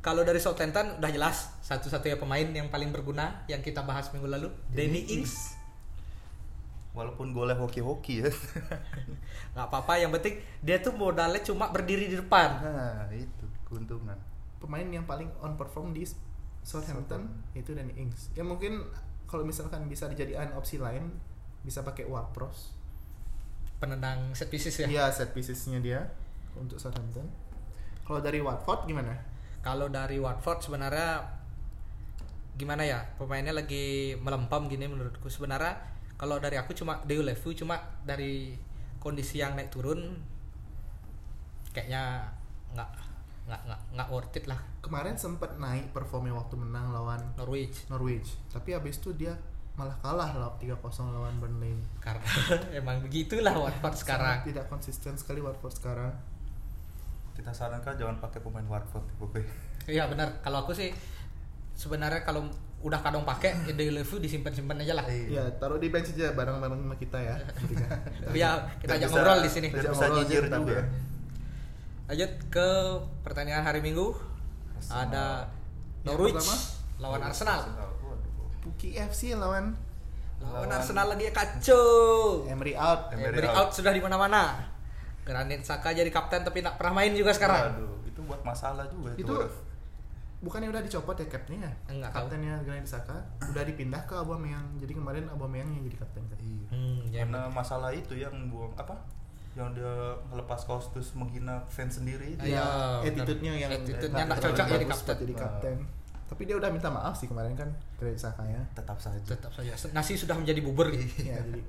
[SPEAKER 1] kalau dari Southampton udah jelas satu-satunya pemain yang paling berguna yang kita bahas minggu lalu, Danny Ings.
[SPEAKER 3] walaupun golnya hoki hoki ya
[SPEAKER 1] nggak apa-apa, yang penting dia tuh modalnya cuma berdiri di depan.
[SPEAKER 3] nah itu keuntungan
[SPEAKER 2] pemain yang paling on perform di Southampton itu Danny Ings. Ya mungkin kalau misalkan bisa dijadikan opsi lain bisa pakai Wapros.
[SPEAKER 1] Penendang set pieces ya.
[SPEAKER 2] Iya set piecesnya dia untuk Southampton. Kalau dari Watford gimana?
[SPEAKER 1] Kalau dari Watford sebenarnya gimana ya? Pemainnya lagi melempam gini menurutku. Sebenarnya kalau dari aku cuma Deu Levu cuma dari kondisi yang naik turun kayaknya nggak nggak nggak nggak worth it lah
[SPEAKER 2] Kemarin sempat naik performnya waktu menang lawan
[SPEAKER 1] Norwich
[SPEAKER 2] Norwich, tapi abis itu dia malah kalah lah 3-0 lawan Burnley.
[SPEAKER 1] karena emang begitulah Watford sekarang.
[SPEAKER 2] Sangat tidak konsisten sekali Watford sekarang.
[SPEAKER 3] kita sarankan jangan pakai pemain Watford Bobe
[SPEAKER 1] Iya benar. Kalau aku sih sebenarnya kalau udah kadang pakai ide review disimpan simpan aja lah.
[SPEAKER 2] Ya taruh di bench aja bareng-bareng sama kita ya. bertiga.
[SPEAKER 1] Biar ya, kita
[SPEAKER 3] Dan
[SPEAKER 1] ajak
[SPEAKER 3] bisa-
[SPEAKER 1] ngobrol di sini.
[SPEAKER 3] dan
[SPEAKER 2] Ajak
[SPEAKER 3] bisa
[SPEAKER 2] ngobrol aja
[SPEAKER 3] nyindir
[SPEAKER 2] tetap
[SPEAKER 3] juga
[SPEAKER 2] ya.
[SPEAKER 1] Lanjut ke pertandingan hari Minggu.
[SPEAKER 3] Arsenal.
[SPEAKER 1] Ada
[SPEAKER 2] Yang
[SPEAKER 1] Norwich
[SPEAKER 2] pertama?
[SPEAKER 1] lawan Iya, Arsenal.
[SPEAKER 3] Waduh.
[SPEAKER 2] Puki FC lawan
[SPEAKER 1] Lawan
[SPEAKER 3] Lawan-
[SPEAKER 1] Arsenal lagi kacau.
[SPEAKER 2] Emery out.
[SPEAKER 3] Emery
[SPEAKER 1] Emery out
[SPEAKER 3] out.
[SPEAKER 1] sudah di mana-mana. Granit Saka jadi kapten tapi nggak pernah main juga sekarang.
[SPEAKER 3] Waduh, itu buat masalah juga itu,
[SPEAKER 2] Itu-
[SPEAKER 3] Ref.
[SPEAKER 2] Bukannya udah dicopot ya captainnya?
[SPEAKER 1] Enggak tahu.
[SPEAKER 2] Kaptennya Granit Saka udah dipindah ke Aubameyang. Jadi kemarin Aubameyang yang jadi kapten kan.
[SPEAKER 3] Iya.
[SPEAKER 1] Hmm, ya
[SPEAKER 3] karena masalah itu yang buang apa yang dia melepas kostus menghina fans sendiri itu.
[SPEAKER 1] Iya,
[SPEAKER 2] Ya, attitude-nya
[SPEAKER 1] benar.
[SPEAKER 2] yang
[SPEAKER 1] Attitude-nya
[SPEAKER 2] nggak
[SPEAKER 1] nggak cocok
[SPEAKER 2] terlalu
[SPEAKER 1] jadi
[SPEAKER 2] bagus
[SPEAKER 1] kapten.
[SPEAKER 2] buat jadi kapten. Tapi dia udah minta maaf sih kemarin kan Granit Saka ya.
[SPEAKER 3] tetap saja
[SPEAKER 1] tetap saja nasi sudah menjadi bubur gitu.
[SPEAKER 2] Iya, jadi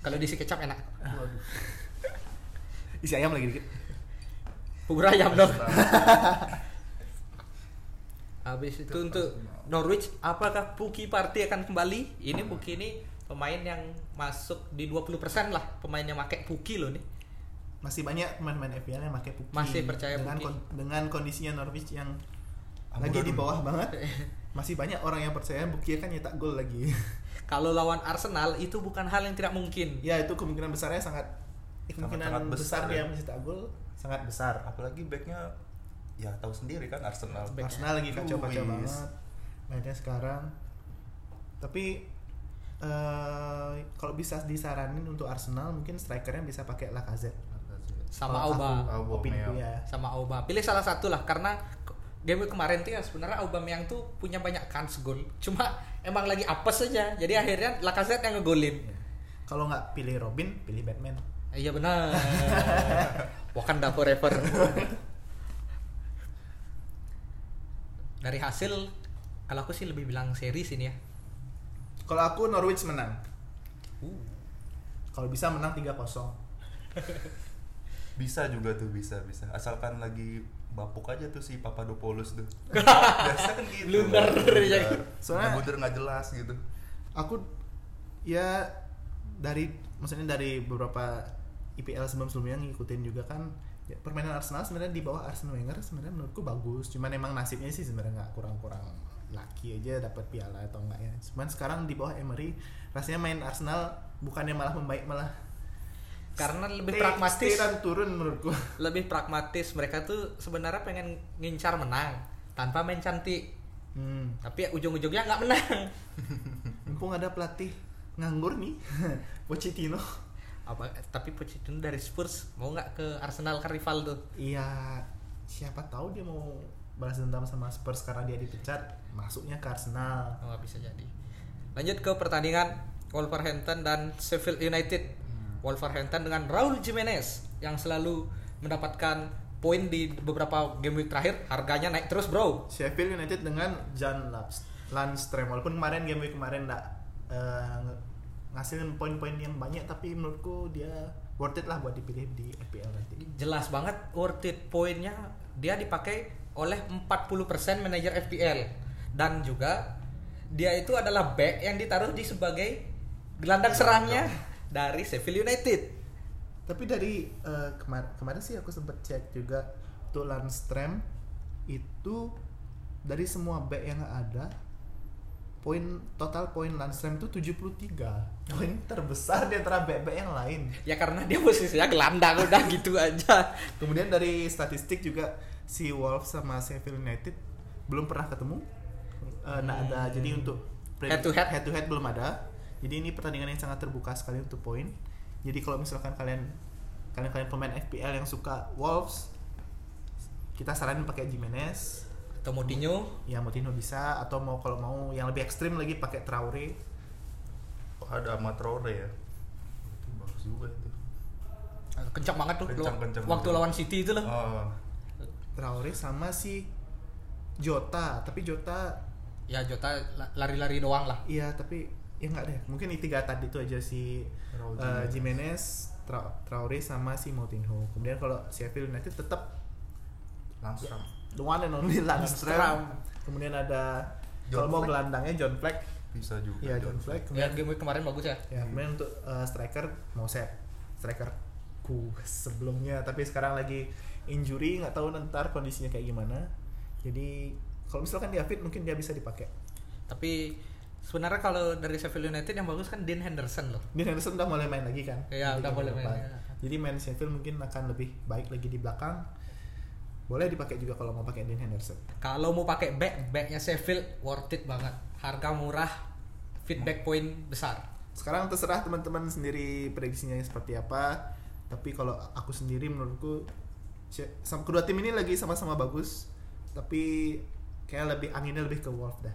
[SPEAKER 1] Kalau diisi kecap enak.
[SPEAKER 2] waduh. Isi ayam lagi dikit.
[SPEAKER 1] Bubur ayam dong. Habis itu untuk Norwich, apakah Puki Party akan kembali? Ini Puki ini pemain yang masuk di 20% lah pemainnya make Puki loh nih.
[SPEAKER 2] Masih banyak pemain-pemain FPL yang pakai Puki.
[SPEAKER 1] Masih percaya
[SPEAKER 2] dengan
[SPEAKER 1] Puki.
[SPEAKER 2] kon- dengan kondisinya Norwich yang lagi
[SPEAKER 3] Amburadul.
[SPEAKER 2] di bawah banget. Masih banyak orang yang percaya Puki kan nyetak gol lagi.
[SPEAKER 1] Kalau lawan Arsenal itu bukan hal yang tidak mungkin.
[SPEAKER 2] ya itu kemungkinan besarnya sangat eh, kemungkinan
[SPEAKER 3] sangat
[SPEAKER 2] besar,
[SPEAKER 3] besar
[SPEAKER 2] dia
[SPEAKER 3] ya.
[SPEAKER 2] mencetak gol sangat besar.
[SPEAKER 3] apalagi backnya ya tahu sendiri kan Arsenal
[SPEAKER 1] Back.
[SPEAKER 2] Arsenal lagi kacau-kacau
[SPEAKER 3] Wis.
[SPEAKER 2] banget mainnya sekarang tapi eh, kalau bisa disaranin untuk Arsenal mungkin strikernya bisa pakai Lacazette
[SPEAKER 1] Sama
[SPEAKER 2] Kalau
[SPEAKER 1] Aubameyang.
[SPEAKER 2] aku, opiniku ya
[SPEAKER 3] Aubameyang.
[SPEAKER 1] sama Aubameyang. Pilih salah satu lah karena ke- game week kemarin tuh ya sebenarnya Aubameyang tuh punya banyak kans gol. Cuma emang lagi apes aja. Jadi akhirnya Lacazette yang ngegolin.
[SPEAKER 2] kalau nggak pilih Robin pilih Batman
[SPEAKER 1] Iya benar. Wakanda forever. Dari hasil kalau aku sih lebih bilang seri sini ya.
[SPEAKER 2] kalau aku Norwich menang
[SPEAKER 1] Uh,
[SPEAKER 2] kalau bisa menang 3-0
[SPEAKER 3] bisa juga tuh bisa bisa asalkan lagi bapuk aja tuh si Papadopoulos tuh biasa kan gitu
[SPEAKER 1] Blunder. ya.
[SPEAKER 2] Soalnya-
[SPEAKER 3] soalnya blunder nggak jelas gitu
[SPEAKER 2] aku ya dari maksudnya dari beberapa IPL sebelum-sebelumnya ngikutin juga kan ya, permainan Arsenal sebenarnya di bawah Arsenal Wenger sebenarnya menurutku bagus cuman emang nasibnya sih sebenarnya nggak kurang-kurang laki aja dapat piala atau enggak ya cuman sekarang di bawah Emery rasanya main Arsenal bukannya malah membaik malah
[SPEAKER 1] karena lebih
[SPEAKER 2] stay-
[SPEAKER 1] pragmatis.
[SPEAKER 2] stay dan turun menurutku
[SPEAKER 1] Lebih pragmatis mereka tuh sebenarnya pengen ngincar menang tanpa main cantik.
[SPEAKER 2] Hmm.
[SPEAKER 1] Tapi ya ujung-ujungnya nggak menang.
[SPEAKER 2] Mumpung ada pelatih nganggur nih, Pochettino.
[SPEAKER 1] Apa, tapi Pochettino dari Spurs mau nggak ke Arsenal ke rival tuh?
[SPEAKER 2] Iya, siapa tahu dia mau balas dendam sama Spurs karena dia dipecat, masuknya ke Arsenal.
[SPEAKER 1] Oh, nggak bisa jadi. Lanjut ke pertandingan Wolverhampton dan Sheffield United. Wolverhampton dengan Raul Jimenez yang selalu mendapatkan poin di beberapa game week terakhir, harganya naik terus, Bro.
[SPEAKER 2] Sheffield United dengan Jan Laps, Landstram walaupun kemarin game week kemarin nggak eh, nge- ngasilin poin-poin yang banyak tapi menurutku dia worth it lah buat dipilih di FPL nanti.
[SPEAKER 1] Jelas banget worth it poinnya dia dipakai oleh 40% manajer FPL dan juga dia itu adalah back yang ditaruh di sebagai gelandang serangnya dari Sheffield United.
[SPEAKER 2] Tapi dari eh, kemar- kemarin sih aku sempet cek juga untuk Landstram itu dari semua back yang ada poin total poin Landstram itu 73 poin terbesar di antara back-back yang lain.
[SPEAKER 1] Ya karena dia posisinya gelandang udah gitu aja.
[SPEAKER 2] Kemudian dari statistik juga si Wolves sama Sheffield United belum pernah ketemu. Eh, nah ada jadi untuk
[SPEAKER 1] Hmm. Head to head?
[SPEAKER 2] to head belum ada. Jadi ini pertandingan yang sangat terbuka sekali untuk poin. Jadi kalau misalkan kalian kalian kalian pemain FPL yang suka Wolves, kita saranin pakai Jimenez,
[SPEAKER 1] Atau Moutinho
[SPEAKER 2] ya Moutinho bisa atau mau kalau mau yang lebih ekstrim lagi pakai Traore.
[SPEAKER 3] Oh, ada Amatrore ya. Itu bagus juga itu.
[SPEAKER 1] kencang banget tuh
[SPEAKER 3] Kencang,
[SPEAKER 1] lo-
[SPEAKER 3] kencang,
[SPEAKER 1] waktu
[SPEAKER 3] kencang.
[SPEAKER 1] lawan City itu loh.
[SPEAKER 3] Oh,
[SPEAKER 2] Traore sama si Jota, tapi Jota
[SPEAKER 1] Ya Jota la- lari-lari doang lah.
[SPEAKER 2] Iya tapi ya nggak deh mungkin di tiga tadi itu aja si
[SPEAKER 3] Raul
[SPEAKER 2] eh, Jimenez, Tra- Traore sama si Moutinho. Kemudian kalau Sheffield United tetap
[SPEAKER 3] langsung.
[SPEAKER 2] the one and only
[SPEAKER 1] Landstram.
[SPEAKER 2] Landstram. Kemudian ada kalau
[SPEAKER 3] John
[SPEAKER 2] mau
[SPEAKER 3] Fleck.
[SPEAKER 2] gelandangnya John Fleck.
[SPEAKER 3] Bisa juga. Eh,
[SPEAKER 2] Iya
[SPEAKER 3] John.
[SPEAKER 2] John Fleck.
[SPEAKER 1] Ya
[SPEAKER 2] Kemudian,
[SPEAKER 1] game week kemarin bagus ya.
[SPEAKER 2] ya, kemudian untuk eh, striker mau striker ku sebelumnya tapi sekarang lagi injury nggak tahu ntar kondisinya kayak gimana. Jadi kalau misalkan dia fit mungkin dia bisa dipakai.
[SPEAKER 1] Tapi sebenarnya kalau dari Sheffield United yang bagus kan Dean Henderson loh.
[SPEAKER 2] Dean Henderson udah mulai main lagi kan?
[SPEAKER 1] Iya,
[SPEAKER 2] Di
[SPEAKER 1] udah
[SPEAKER 2] game
[SPEAKER 1] mulai
[SPEAKER 2] depan.
[SPEAKER 1] main, ya.
[SPEAKER 2] Jadi main Sheffield mungkin akan lebih baik lagi di belakang. Boleh dipakai juga kalau mau pakai Dean Henderson.
[SPEAKER 1] Kalau mau pakai back, backnya Sheffield worth it banget. Harga murah, feedback point besar.
[SPEAKER 2] Sekarang terserah teman-teman sendiri prediksinya seperti apa. Tapi kalau aku sendiri menurutku She- sama kedua tim ini lagi sama-sama bagus, tapi kayak lebih anginnya lebih ke Wolf dah.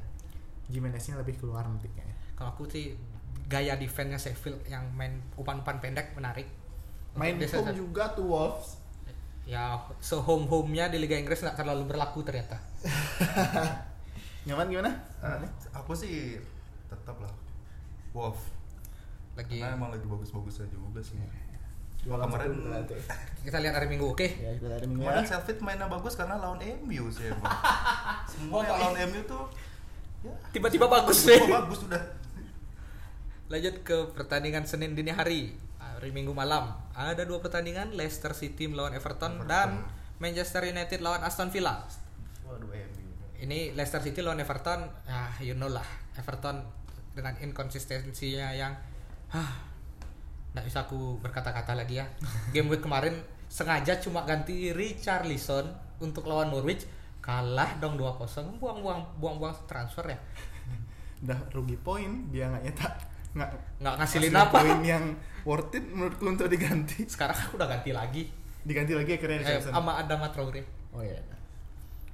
[SPEAKER 2] Jimenez-nya lebih keluar nanti kayaknya.
[SPEAKER 1] Kalau aku sih gaya defense-nya Sheffield yang main umpan-umpan pendek menarik.
[SPEAKER 2] Main
[SPEAKER 1] Untuk
[SPEAKER 2] home
[SPEAKER 1] Desa-
[SPEAKER 2] juga tuh Wolves.
[SPEAKER 1] Ya, se home home-nya di Liga Inggris nggak terlalu berlaku ternyata.
[SPEAKER 2] Nyaman gimana?
[SPEAKER 3] Ah, aku sih tetap lah. Wolf.
[SPEAKER 1] Lagi
[SPEAKER 3] Karena emang lagi bagus-bagusnya juga sih.
[SPEAKER 2] Jualan
[SPEAKER 3] Kemarin-
[SPEAKER 2] satu bulan tuh.
[SPEAKER 1] kita lihat hari Minggu, oke?
[SPEAKER 2] Ya, kita dari minggu
[SPEAKER 3] Kemarin
[SPEAKER 2] ya.
[SPEAKER 3] Selfit mainnya bagus karena lawan MU sih emang. Semua yang lawan MU tuh ya
[SPEAKER 1] Tiba-tiba bagus deh.
[SPEAKER 3] semua bagus sudah.
[SPEAKER 1] Lanjut ke pertandingan Senin dini hari, hari Minggu malam. Ada dua pertandingan, Leicester City melawan Everton,
[SPEAKER 3] Everton.
[SPEAKER 1] dan Manchester United lawan Aston Villa.
[SPEAKER 3] Waduh MU.
[SPEAKER 1] Ini Leicester City lawan Everton, ah you know lah, Everton dengan inkonsistensinya yang hah, nggak bisa aku berkata-kata lagi ya. Game week kemarin sengaja cuma ganti Richarlison untuk lawan Norwich kalah dong 2-0 buang-buang buang-buang transfer ya
[SPEAKER 2] udah rugi poin dia nggak nyetak nggak
[SPEAKER 1] nggak ngasilin
[SPEAKER 2] ngasih
[SPEAKER 1] apa
[SPEAKER 2] poin yang worth it menurutku untuk diganti
[SPEAKER 1] sekarang aku udah ganti lagi
[SPEAKER 2] diganti lagi akhirnya
[SPEAKER 1] eh,
[SPEAKER 2] Richardson
[SPEAKER 1] sama Adama Traore
[SPEAKER 3] Mm-hmm.
[SPEAKER 2] oh iya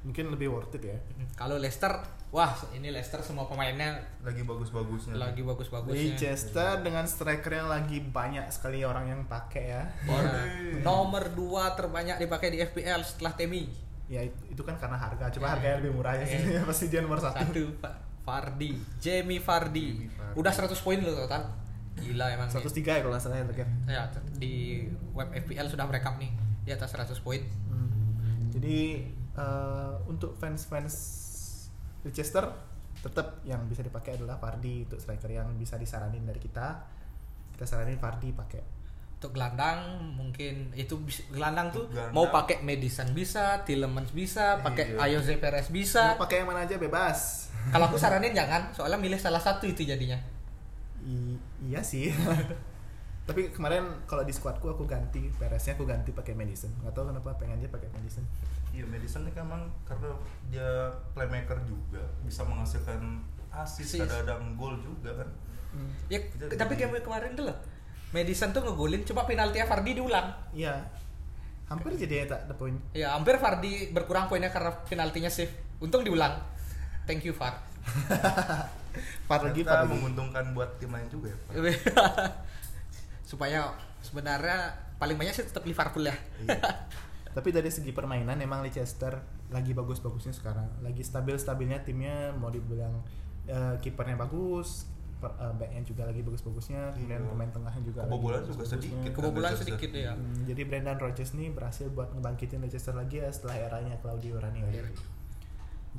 [SPEAKER 2] mungkin lebih worth it ya
[SPEAKER 1] kalau Leicester wah ini Leicester semua pemainnya
[SPEAKER 3] Lagi bagus-bagusnya.
[SPEAKER 1] lagi bagus-bagusnya
[SPEAKER 2] Leicester dengan striker yang lagi banyak sekali orang yang pakai ya
[SPEAKER 1] Nah,
[SPEAKER 3] Iya.
[SPEAKER 1] nomor 2 terbanyak dipakai di FPL setelah Temi
[SPEAKER 2] ya itu, itu kan karena harga coba harganya lebih murah ya pasti dia nomor satu
[SPEAKER 1] satu Pak Fardi Jamie Fardi
[SPEAKER 3] Jamie Vardy.
[SPEAKER 1] udah 100 poin loh total gila emang nih.
[SPEAKER 2] 103 ya kalau nggak salah ya terakhir.
[SPEAKER 1] ya di web FPL sudah merekam nih di atas 100 poin
[SPEAKER 2] Jadi eh, untuk fans-fans Leicester tetap yang bisa dipakai adalah Vardy untuk striker yang bisa disaranin dari kita. Kita saranin Vardy pakai.
[SPEAKER 1] untuk gelandang mungkin itu bis- gelandang tuh
[SPEAKER 3] Gelandang.
[SPEAKER 1] mau pakai Madison bisa, Tillemans bisa, pakai
[SPEAKER 3] Iya.
[SPEAKER 1] Ayo Perez bisa.
[SPEAKER 2] Mau pakai yang mana aja bebas.
[SPEAKER 1] Kalau aku saranin jangan, soalnya milih salah satu itu jadinya.
[SPEAKER 2] I- iya sih. Tapi kemarin kalau di squadku aku ganti Pereznya aku ganti pakai Madison. Gak tahu kenapa pengen dia pakai Madison.
[SPEAKER 3] Iya, Madison ini kan emang karena dia playmaker juga bisa menghasilkan
[SPEAKER 1] Assist.
[SPEAKER 3] assist, kadang-kadang gol juga kan.
[SPEAKER 1] Ya, tapi game kemarin tuh loh. Madison tuh ngegolin cuma penalti Fardi diulang.
[SPEAKER 2] Iya. Hampir jadi ya tak the point.
[SPEAKER 1] Ya, hampir Fardi berkurang poinnya karena penaltinya save. Untung diulang. Thank you Far.
[SPEAKER 2] Part lagi, part
[SPEAKER 3] Ternyata
[SPEAKER 2] lagi.
[SPEAKER 3] menguntungkan buat tim lain juga ya.
[SPEAKER 2] Iya.
[SPEAKER 3] Pak.
[SPEAKER 1] Supaya sebenarnya paling banyak sih tetap Liverpool ya.
[SPEAKER 3] Iya.
[SPEAKER 2] Tapi dari segi permainan emang Leicester lagi bagus-bagusnya sekarang. Lagi stabil-stabilnya timnya mau dibilang eh, kipernya bagus, per, eh, backnya juga lagi bagus-bagusnya, kemudian
[SPEAKER 3] Iya.
[SPEAKER 2] pemain tengahnya juga lagi
[SPEAKER 3] Kebobolan juga
[SPEAKER 2] bagus-bagusnya.
[SPEAKER 3] sedikit.
[SPEAKER 1] Kebobolan sedikit ya.
[SPEAKER 2] Hmm, jadi Brendan Rodgers nih berhasil buat ngebangkitin Leicester lagi ya setelah eranya Claudio Ranieri.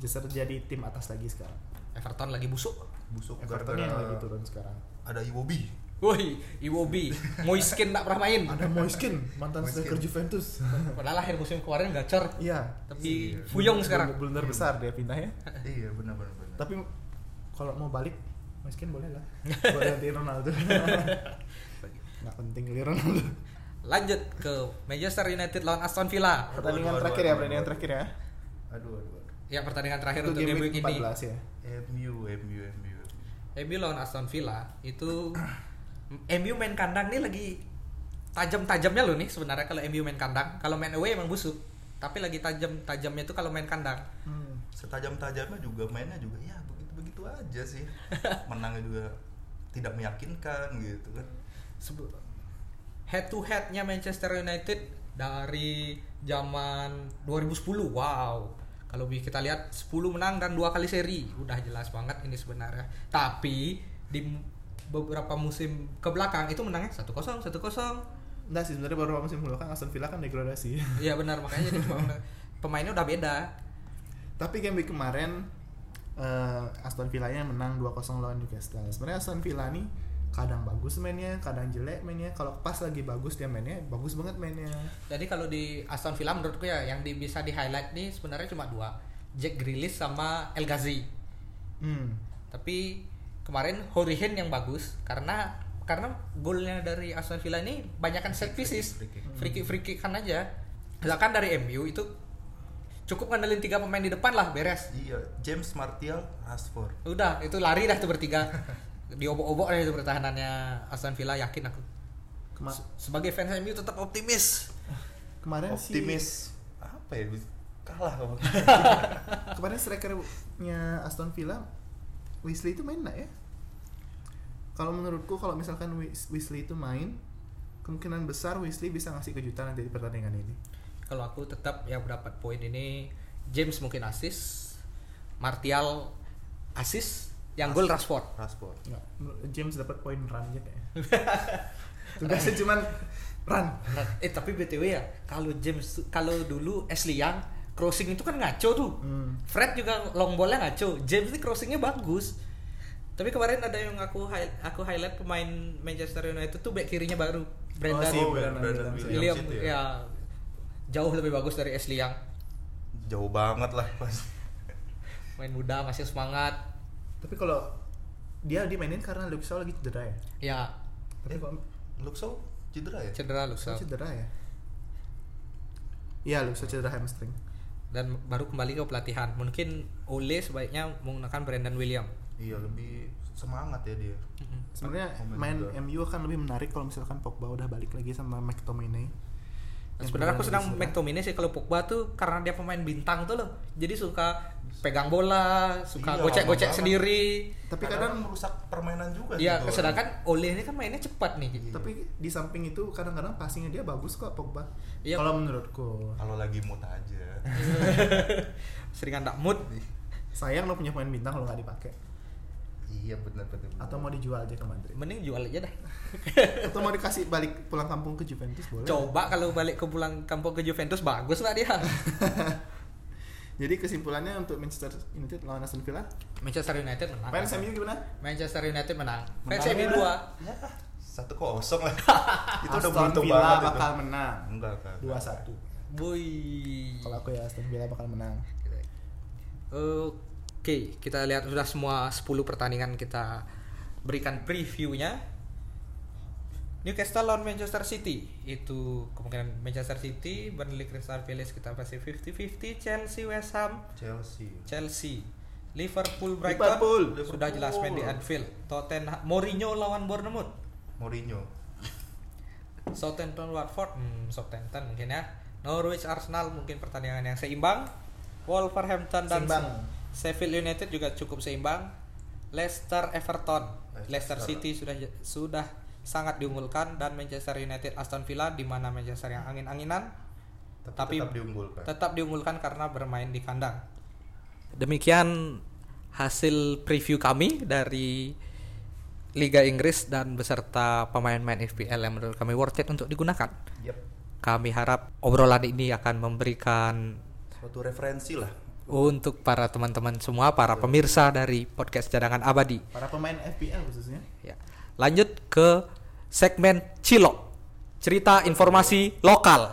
[SPEAKER 2] Leicester jadi tim atas lagi sekarang.
[SPEAKER 1] Everton lagi busuk.
[SPEAKER 3] Busuk
[SPEAKER 2] Everton yang lagi turun sekarang.
[SPEAKER 3] Ada Iwobi.
[SPEAKER 1] Woi, Iwobi, Moiskin tak pernah main.
[SPEAKER 2] Ada Moiskin, mantan
[SPEAKER 3] Moiskin.
[SPEAKER 2] striker Juventus.
[SPEAKER 1] Padahal akhir musim kemarin gacor.
[SPEAKER 2] Iya.
[SPEAKER 1] Tapi fuyong sekarang.
[SPEAKER 2] Blunder besar dia ya. pindahnya.
[SPEAKER 3] iya, benar benar benar.
[SPEAKER 2] Tapi kalau mau balik Moiskin boleh lah. Boleh gantiin Ronaldo. Nggak penting beli Ronaldo.
[SPEAKER 1] Lanjut ke Manchester United lawan Aston Villa.
[SPEAKER 2] Pertandingan
[SPEAKER 3] aduh,
[SPEAKER 2] terakhir ya,
[SPEAKER 3] aduh,
[SPEAKER 2] pertandingan
[SPEAKER 3] aduh.
[SPEAKER 2] terakhir ya.
[SPEAKER 3] Aduh, aduh, aduh.
[SPEAKER 1] Ya pertandingan terakhir
[SPEAKER 2] Itu
[SPEAKER 1] untuk
[SPEAKER 2] game
[SPEAKER 1] game
[SPEAKER 2] week
[SPEAKER 1] week ini.
[SPEAKER 2] 14 ya.
[SPEAKER 3] MU, MU, MU.
[SPEAKER 1] MU lawan Aston Villa itu MU main kandang nih lagi tajam-tajamnya loh nih sebenarnya kalau MU main kandang. Kalau main away emang busuk, tapi lagi tajam-tajamnya itu kalau main kandang.
[SPEAKER 2] Hmm.
[SPEAKER 3] Setajam-tajamnya juga mainnya juga ya begitu-begitu aja sih. Menangnya juga tidak meyakinkan gitu kan.
[SPEAKER 1] Head to headnya Manchester United dari zaman 2010. Wow. Kalau bi- kita lihat 10 menang dan dua kali seri, udah jelas banget ini sebenarnya. Tapi di beberapa musim ke belakang itu menangnya 1-0, 1-0,
[SPEAKER 2] Nah sih sebenarnya baru musim lalu kan Aston Villa kan degradasi.
[SPEAKER 1] Iya benar makanya jadi pemain- pemainnya udah beda.
[SPEAKER 2] Tapi game week kemarin eh, Aston Villanya menang 2-0 lawan Newcastle. Sebenarnya Aston Villa nih kadang bagus mainnya, kadang jelek mainnya. Kalau pas lagi bagus dia mainnya, bagus banget mainnya.
[SPEAKER 1] Jadi kalau di Aston Villa menurutku ya yang di- bisa di highlight nih sebenarnya cuma dua, Jack Grealish sama El Ghazi.
[SPEAKER 2] Hmm.
[SPEAKER 1] Tapi kemarin Horihin yang bagus karena karena golnya dari Aston Villa ini banyakkan set pieces,
[SPEAKER 3] Free kick. Hmm.
[SPEAKER 1] free kick free kick kan aja. Sedangkan dari MU itu cukup ngandelin tiga pemain di depan lah beres.
[SPEAKER 3] Iya, James Martial, Rashford.
[SPEAKER 1] Udah itu lari dah itu bertiga. Diobok-obok dah itu pertahanannya Aston Villa yakin aku.
[SPEAKER 2] Kema-
[SPEAKER 1] Se- Sebagai fans MU tetap optimis.
[SPEAKER 2] kemarin sih
[SPEAKER 3] Optimis. Apa ya? Kalah kok.
[SPEAKER 2] kemarin strikernya Aston Villa Wesley itu main nggak ya? Kalau menurutku kalau misalkan Wes- Wesley itu main kemungkinan besar Wesley bisa ngasih kejutan nanti di pertandingan ini.
[SPEAKER 1] Kalau aku tetap yang dapat poin ini James mungkin assist, Martial assist, yang gol Rashford.
[SPEAKER 3] Rashford.
[SPEAKER 2] Nggak, menurut- James dapat poin run aja kayaknya. Tugasnya cuman run.
[SPEAKER 1] Eh tapi btw ya kalau James kalau dulu Ashley Young crossing itu kan ngaco tuh.
[SPEAKER 2] Hmm.
[SPEAKER 1] Fred juga long ballnya ngaco. James ini crossingnya bagus. Tapi kemarin ada yang aku hi- aku highlight pemain Manchester United tuh back kirinya baru Brendan
[SPEAKER 2] si
[SPEAKER 3] Oh,
[SPEAKER 2] Brandon Williams, Iya,
[SPEAKER 3] Brandon
[SPEAKER 1] William
[SPEAKER 3] Williams itu
[SPEAKER 1] ya. jauh lebih bagus dari Ashley Young.
[SPEAKER 3] Jauh banget lah pasti.
[SPEAKER 1] Main muda masih semangat.
[SPEAKER 2] Tapi kalau dia dimainin karena Luke Shaw lagi cedera ya.
[SPEAKER 1] Ya
[SPEAKER 2] Tapi
[SPEAKER 3] Eh,
[SPEAKER 2] kalau
[SPEAKER 3] Luxo cedera ya?
[SPEAKER 1] cedera lu
[SPEAKER 2] Shaw
[SPEAKER 1] Sal.
[SPEAKER 2] cedera ya. Iya, Luke Shaw cedera hamstring.
[SPEAKER 1] dan baru kembali ke pelatihan. Mungkin Ole sebaiknya menggunakan Brandon William.
[SPEAKER 3] Iya, lebih semangat ya dia.
[SPEAKER 2] Mm-hmm. Sebenarnya
[SPEAKER 1] Oh
[SPEAKER 3] Komen
[SPEAKER 2] main
[SPEAKER 3] juga.
[SPEAKER 2] MU akan lebih menarik kalau misalkan Pogba udah balik lagi sama McTominay.
[SPEAKER 1] Dan
[SPEAKER 2] Yang
[SPEAKER 1] Sebenarnya aku
[SPEAKER 2] kemarin
[SPEAKER 1] senang
[SPEAKER 2] diserang.
[SPEAKER 1] McTominay sih kalau Pogba tuh karena dia pemain bintang tuh loh. Jadi suka pegang bola, suka
[SPEAKER 3] Iya,
[SPEAKER 1] gocek-gocek
[SPEAKER 3] lama banget.
[SPEAKER 1] sendiri.
[SPEAKER 2] Tapi kadang
[SPEAKER 3] merusak permainan juga
[SPEAKER 1] Iya,
[SPEAKER 3] gitu.
[SPEAKER 1] sedangkan Ole ini kan mainnya cepat nih.
[SPEAKER 3] Iya.
[SPEAKER 2] tapi di samping itu kadang-kadang passingnya dia bagus kok Pogba.
[SPEAKER 1] Iya.
[SPEAKER 2] Kalau menurutku.
[SPEAKER 3] kalau lagi mood aja.
[SPEAKER 1] Seringan tak mood.
[SPEAKER 2] Sayang lo punya pemain bintang kalau nggak dipakai
[SPEAKER 3] iya benar benar. benar.
[SPEAKER 2] atau mau dijual aja ke Madrid.
[SPEAKER 1] Mending jual aja dah.
[SPEAKER 2] atau mau dikasih balik pulang kampung ke Juventus boleh.
[SPEAKER 1] Coba kalau balik ke pulang kampung ke Juventus bagus lah dia.
[SPEAKER 2] Jadi kesimpulannya untuk Manchester United lawan Aston Villa,
[SPEAKER 1] Manchester United menang.
[SPEAKER 2] fans MU gimana?
[SPEAKER 1] Manchester United menang.
[SPEAKER 3] Menang
[SPEAKER 1] Fans MU
[SPEAKER 3] ya.
[SPEAKER 1] 2.
[SPEAKER 3] Ya, satu kosong lah. itu udah
[SPEAKER 2] Aston
[SPEAKER 3] beruntung
[SPEAKER 2] Villa
[SPEAKER 3] banget
[SPEAKER 2] bakal
[SPEAKER 3] itu.
[SPEAKER 2] menang.
[SPEAKER 3] Enggak kan.
[SPEAKER 2] 2-1.
[SPEAKER 1] Boy.
[SPEAKER 2] Kalau aku ya Aston Villa bakal menang.
[SPEAKER 1] Oke, kita lihat sudah semua 10 pertandingan kita berikan previewnya. Newcastle lawan Manchester City itu kemungkinan Manchester City, Burnley Crystal Palace kita masih 50-50, Chelsea West Ham,
[SPEAKER 4] Chelsea.
[SPEAKER 1] Chelsea, Liverpool Brighton
[SPEAKER 2] Liverpool,
[SPEAKER 4] Liverpool.
[SPEAKER 1] sudah jelas main di Anfield, Tottenham Mourinho lawan Bournemouth,
[SPEAKER 4] Mourinho.
[SPEAKER 1] Southampton Watford, hmm, Southampton mungkin ya, Norwich Arsenal mungkin pertandingan yang seimbang, Wolverhampton dan
[SPEAKER 2] Seimbang.
[SPEAKER 1] Sheffield United juga cukup seimbang, Leicester Everton,
[SPEAKER 4] Leicester.
[SPEAKER 1] Leicester, City sudah sudah sangat diunggulkan dan Manchester United Aston Villa di mana Manchester yang angin-anginan
[SPEAKER 4] Tapi,
[SPEAKER 1] Tapi-
[SPEAKER 4] tetap diunggulkan.
[SPEAKER 1] tetap diunggulkan karena bermain di kandang. Demikian hasil preview kami dari Liga Inggris dan beserta pemain-pemain FPL yang menurut kami worth it untuk digunakan.
[SPEAKER 4] Yep.
[SPEAKER 1] Kami harap obrolan ini akan memberikan
[SPEAKER 3] Suatu referensi lah.
[SPEAKER 1] untuk para teman-teman semua, para pemirsa dari podcast cadangan abadi.
[SPEAKER 2] Para pemain FPL khususnya.
[SPEAKER 1] Ya. Lanjut ke segmen Cilok. Cerita informasi lokal.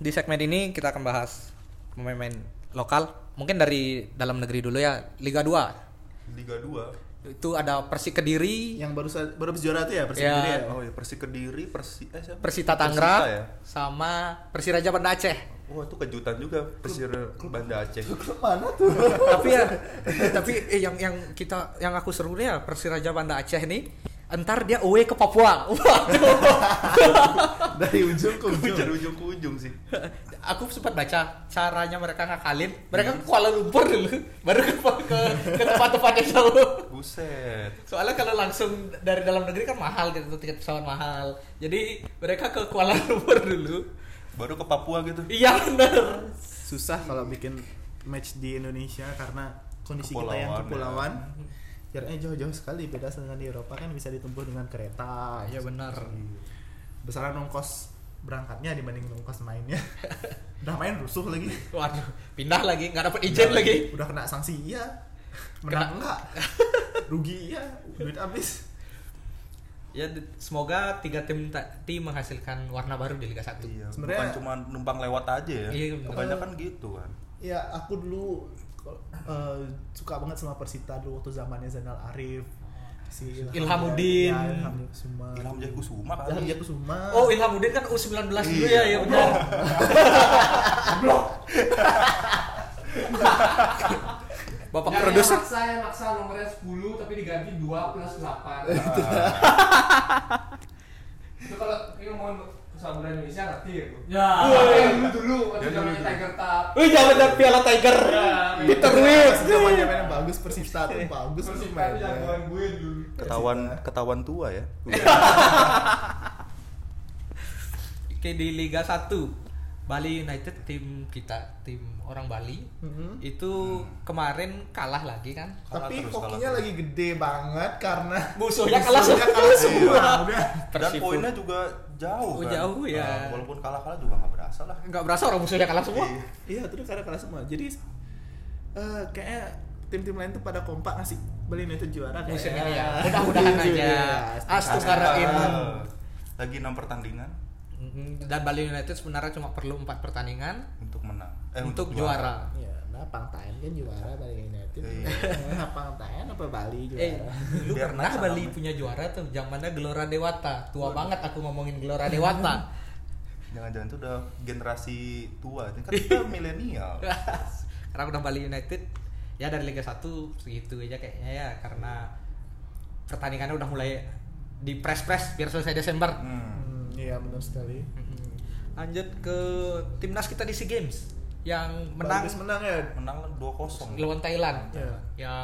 [SPEAKER 1] Di segmen ini kita akan bahas pemain-pemain lokal. Mungkin dari dalam negeri dulu ya, Liga 2.
[SPEAKER 3] Liga 2.
[SPEAKER 1] Itu ada Persik Kediri,
[SPEAKER 3] Ya.
[SPEAKER 2] Yang baru sa- baru habis juara tuh ya Persib
[SPEAKER 1] Ya.
[SPEAKER 2] Kediri ya.
[SPEAKER 3] Oh ya Persi Kediri, Persi eh siapa?
[SPEAKER 1] Persita
[SPEAKER 3] Persita ya.
[SPEAKER 1] Tangerang, sama Persiraja Banda Aceh.
[SPEAKER 3] Wah, itu kejutan juga Persir Banda Aceh.
[SPEAKER 2] Mana tuh?
[SPEAKER 1] tapi ya, tapi eh, yang yang kita yang aku seru ya Persiraja Banda Aceh ini entar dia away ke Papua. Waduh.
[SPEAKER 2] Dari ujung ke
[SPEAKER 3] Kejar
[SPEAKER 2] ujung.
[SPEAKER 3] ujung ke ujung sih.
[SPEAKER 1] aku sempat baca caranya mereka ngakalin mereka ke Kuala Lumpur dulu baru ke ke, ke tempat-tempat yang jauh
[SPEAKER 3] Buset.
[SPEAKER 1] soalnya kalau langsung dari dalam negeri kan mahal gitu tiket pesawat mahal jadi mereka ke Kuala Lumpur dulu
[SPEAKER 3] Baru ke Papua gitu.
[SPEAKER 1] iya bener
[SPEAKER 2] Susah kalau bikin match di Indonesia karena kondisi kita yang
[SPEAKER 3] Kepulauan,
[SPEAKER 2] kepulauan.
[SPEAKER 1] ya.
[SPEAKER 2] Jaraknya jauh-jauh sekali beda dengan di Eropa kan bisa ditempuh dengan kereta.
[SPEAKER 1] iya bener
[SPEAKER 2] Besaran ongkos berangkatnya dibanding ongkos mainnya. Udah main rusuh lagi.
[SPEAKER 1] waduh pindah lagi nggak dapet izin lagi
[SPEAKER 2] Udah kena sanksi iya.
[SPEAKER 1] Kena-
[SPEAKER 2] Menang enggak? Rugi iya, duit habis.
[SPEAKER 1] ya d- semoga tiga tim ta- tim menghasilkan warna baru di Liga 1
[SPEAKER 3] Iya, bukan
[SPEAKER 2] Sebenarnya-
[SPEAKER 3] cuma numpang lewat aja ya.
[SPEAKER 1] Iya, bener.
[SPEAKER 3] Kebanyakan gitu kan.
[SPEAKER 2] Ya aku dulu eh, suka banget sama Persita dulu waktu zamannya Zainal Arif, si
[SPEAKER 1] Ilhamuddin.
[SPEAKER 2] ya, Ilham Kusuma,
[SPEAKER 3] Ilham Jaya Kusuma kan.
[SPEAKER 2] Ilham Jakusuma.
[SPEAKER 1] oh Ilhamuddin kan U19 dulu ya ya bener Bapak produser
[SPEAKER 5] maksa yang maksa nomornya 10 tapi diganti 2 plus 8 itu kalau ini ngomongin bahasa budaya Indonesia ngerti ya Bu?
[SPEAKER 1] Ya.
[SPEAKER 5] Tapi yang dulu dulu waktu zamannya Tiger Cup
[SPEAKER 1] Wih, jangan lihat Piala Tiger. Peter Witz.
[SPEAKER 2] Zamannya mainnya bagus Persita tuh bagus
[SPEAKER 5] terus
[SPEAKER 2] tuh
[SPEAKER 5] itu
[SPEAKER 2] mainnya.
[SPEAKER 5] jagoan gue dulu
[SPEAKER 3] Ketahuan ketahuan tua ya.
[SPEAKER 1] Oke, di Liga 1 Bali United tim kita, tim orang Bali Mm-hmm.
[SPEAKER 2] Mhm.
[SPEAKER 1] itu kemarin kalah lagi kan?
[SPEAKER 3] Kalah
[SPEAKER 2] Tapi
[SPEAKER 3] terus,
[SPEAKER 2] hokinya
[SPEAKER 3] kalah
[SPEAKER 2] lagi gede banget karena
[SPEAKER 1] Musuhnya kalah semua. Iya.
[SPEAKER 2] semua. Udah.
[SPEAKER 3] Dan
[SPEAKER 1] Persib
[SPEAKER 3] poinnya juga
[SPEAKER 1] Oh,
[SPEAKER 3] jauh kan.
[SPEAKER 1] jauh ya.
[SPEAKER 3] Nah, walaupun kalah-kalah juga nggak berasa lah.
[SPEAKER 1] nggak berasa orang musuhnya kalah semua.
[SPEAKER 2] Iya, itu udah karena kalah semua. Jadi eh, kayaknya tim-tim lain tuh pada kompak ngasih Bali United juara
[SPEAKER 1] Musim
[SPEAKER 3] Iya,
[SPEAKER 2] kayaknya. Iya.
[SPEAKER 1] ini ya. Mudah-mudahan aja. Astu
[SPEAKER 3] Nah,
[SPEAKER 1] karain.
[SPEAKER 3] Lagi enam pertandingan
[SPEAKER 1] Mhm, Dan Bali United sebenarnya cuma perlu 4 pertandingan
[SPEAKER 3] untuk menang. Eh,
[SPEAKER 1] untuk juara.
[SPEAKER 2] Ya, nah Pangtain kan juara Bali United.
[SPEAKER 3] Iya.
[SPEAKER 2] Nah, Pangtain apa Bali
[SPEAKER 1] Eh,
[SPEAKER 2] juara?
[SPEAKER 1] lu
[SPEAKER 3] Biar
[SPEAKER 1] pernah
[SPEAKER 3] naik sama
[SPEAKER 1] Bali
[SPEAKER 3] main.
[SPEAKER 1] punya juara tuh zamannya Gelora Dewata. Tua banget aku ngomongin Gelora Dewata.
[SPEAKER 3] Jangan-jangan itu udah generasi tua. Ini kan kita milenial.
[SPEAKER 1] karena udah Bali United ya dari Liga 1 segitu aja kayaknya ya karena pertandingannya udah mulai di press press biar selesai Desember
[SPEAKER 3] Hmm.
[SPEAKER 2] Hmm, iya benar sekali.
[SPEAKER 1] lanjut ke timnas kita di SEA Games yang menang
[SPEAKER 2] Bagus menang ya.
[SPEAKER 3] Menang 2-0.
[SPEAKER 1] lawan Thailand
[SPEAKER 2] Iya.
[SPEAKER 1] ya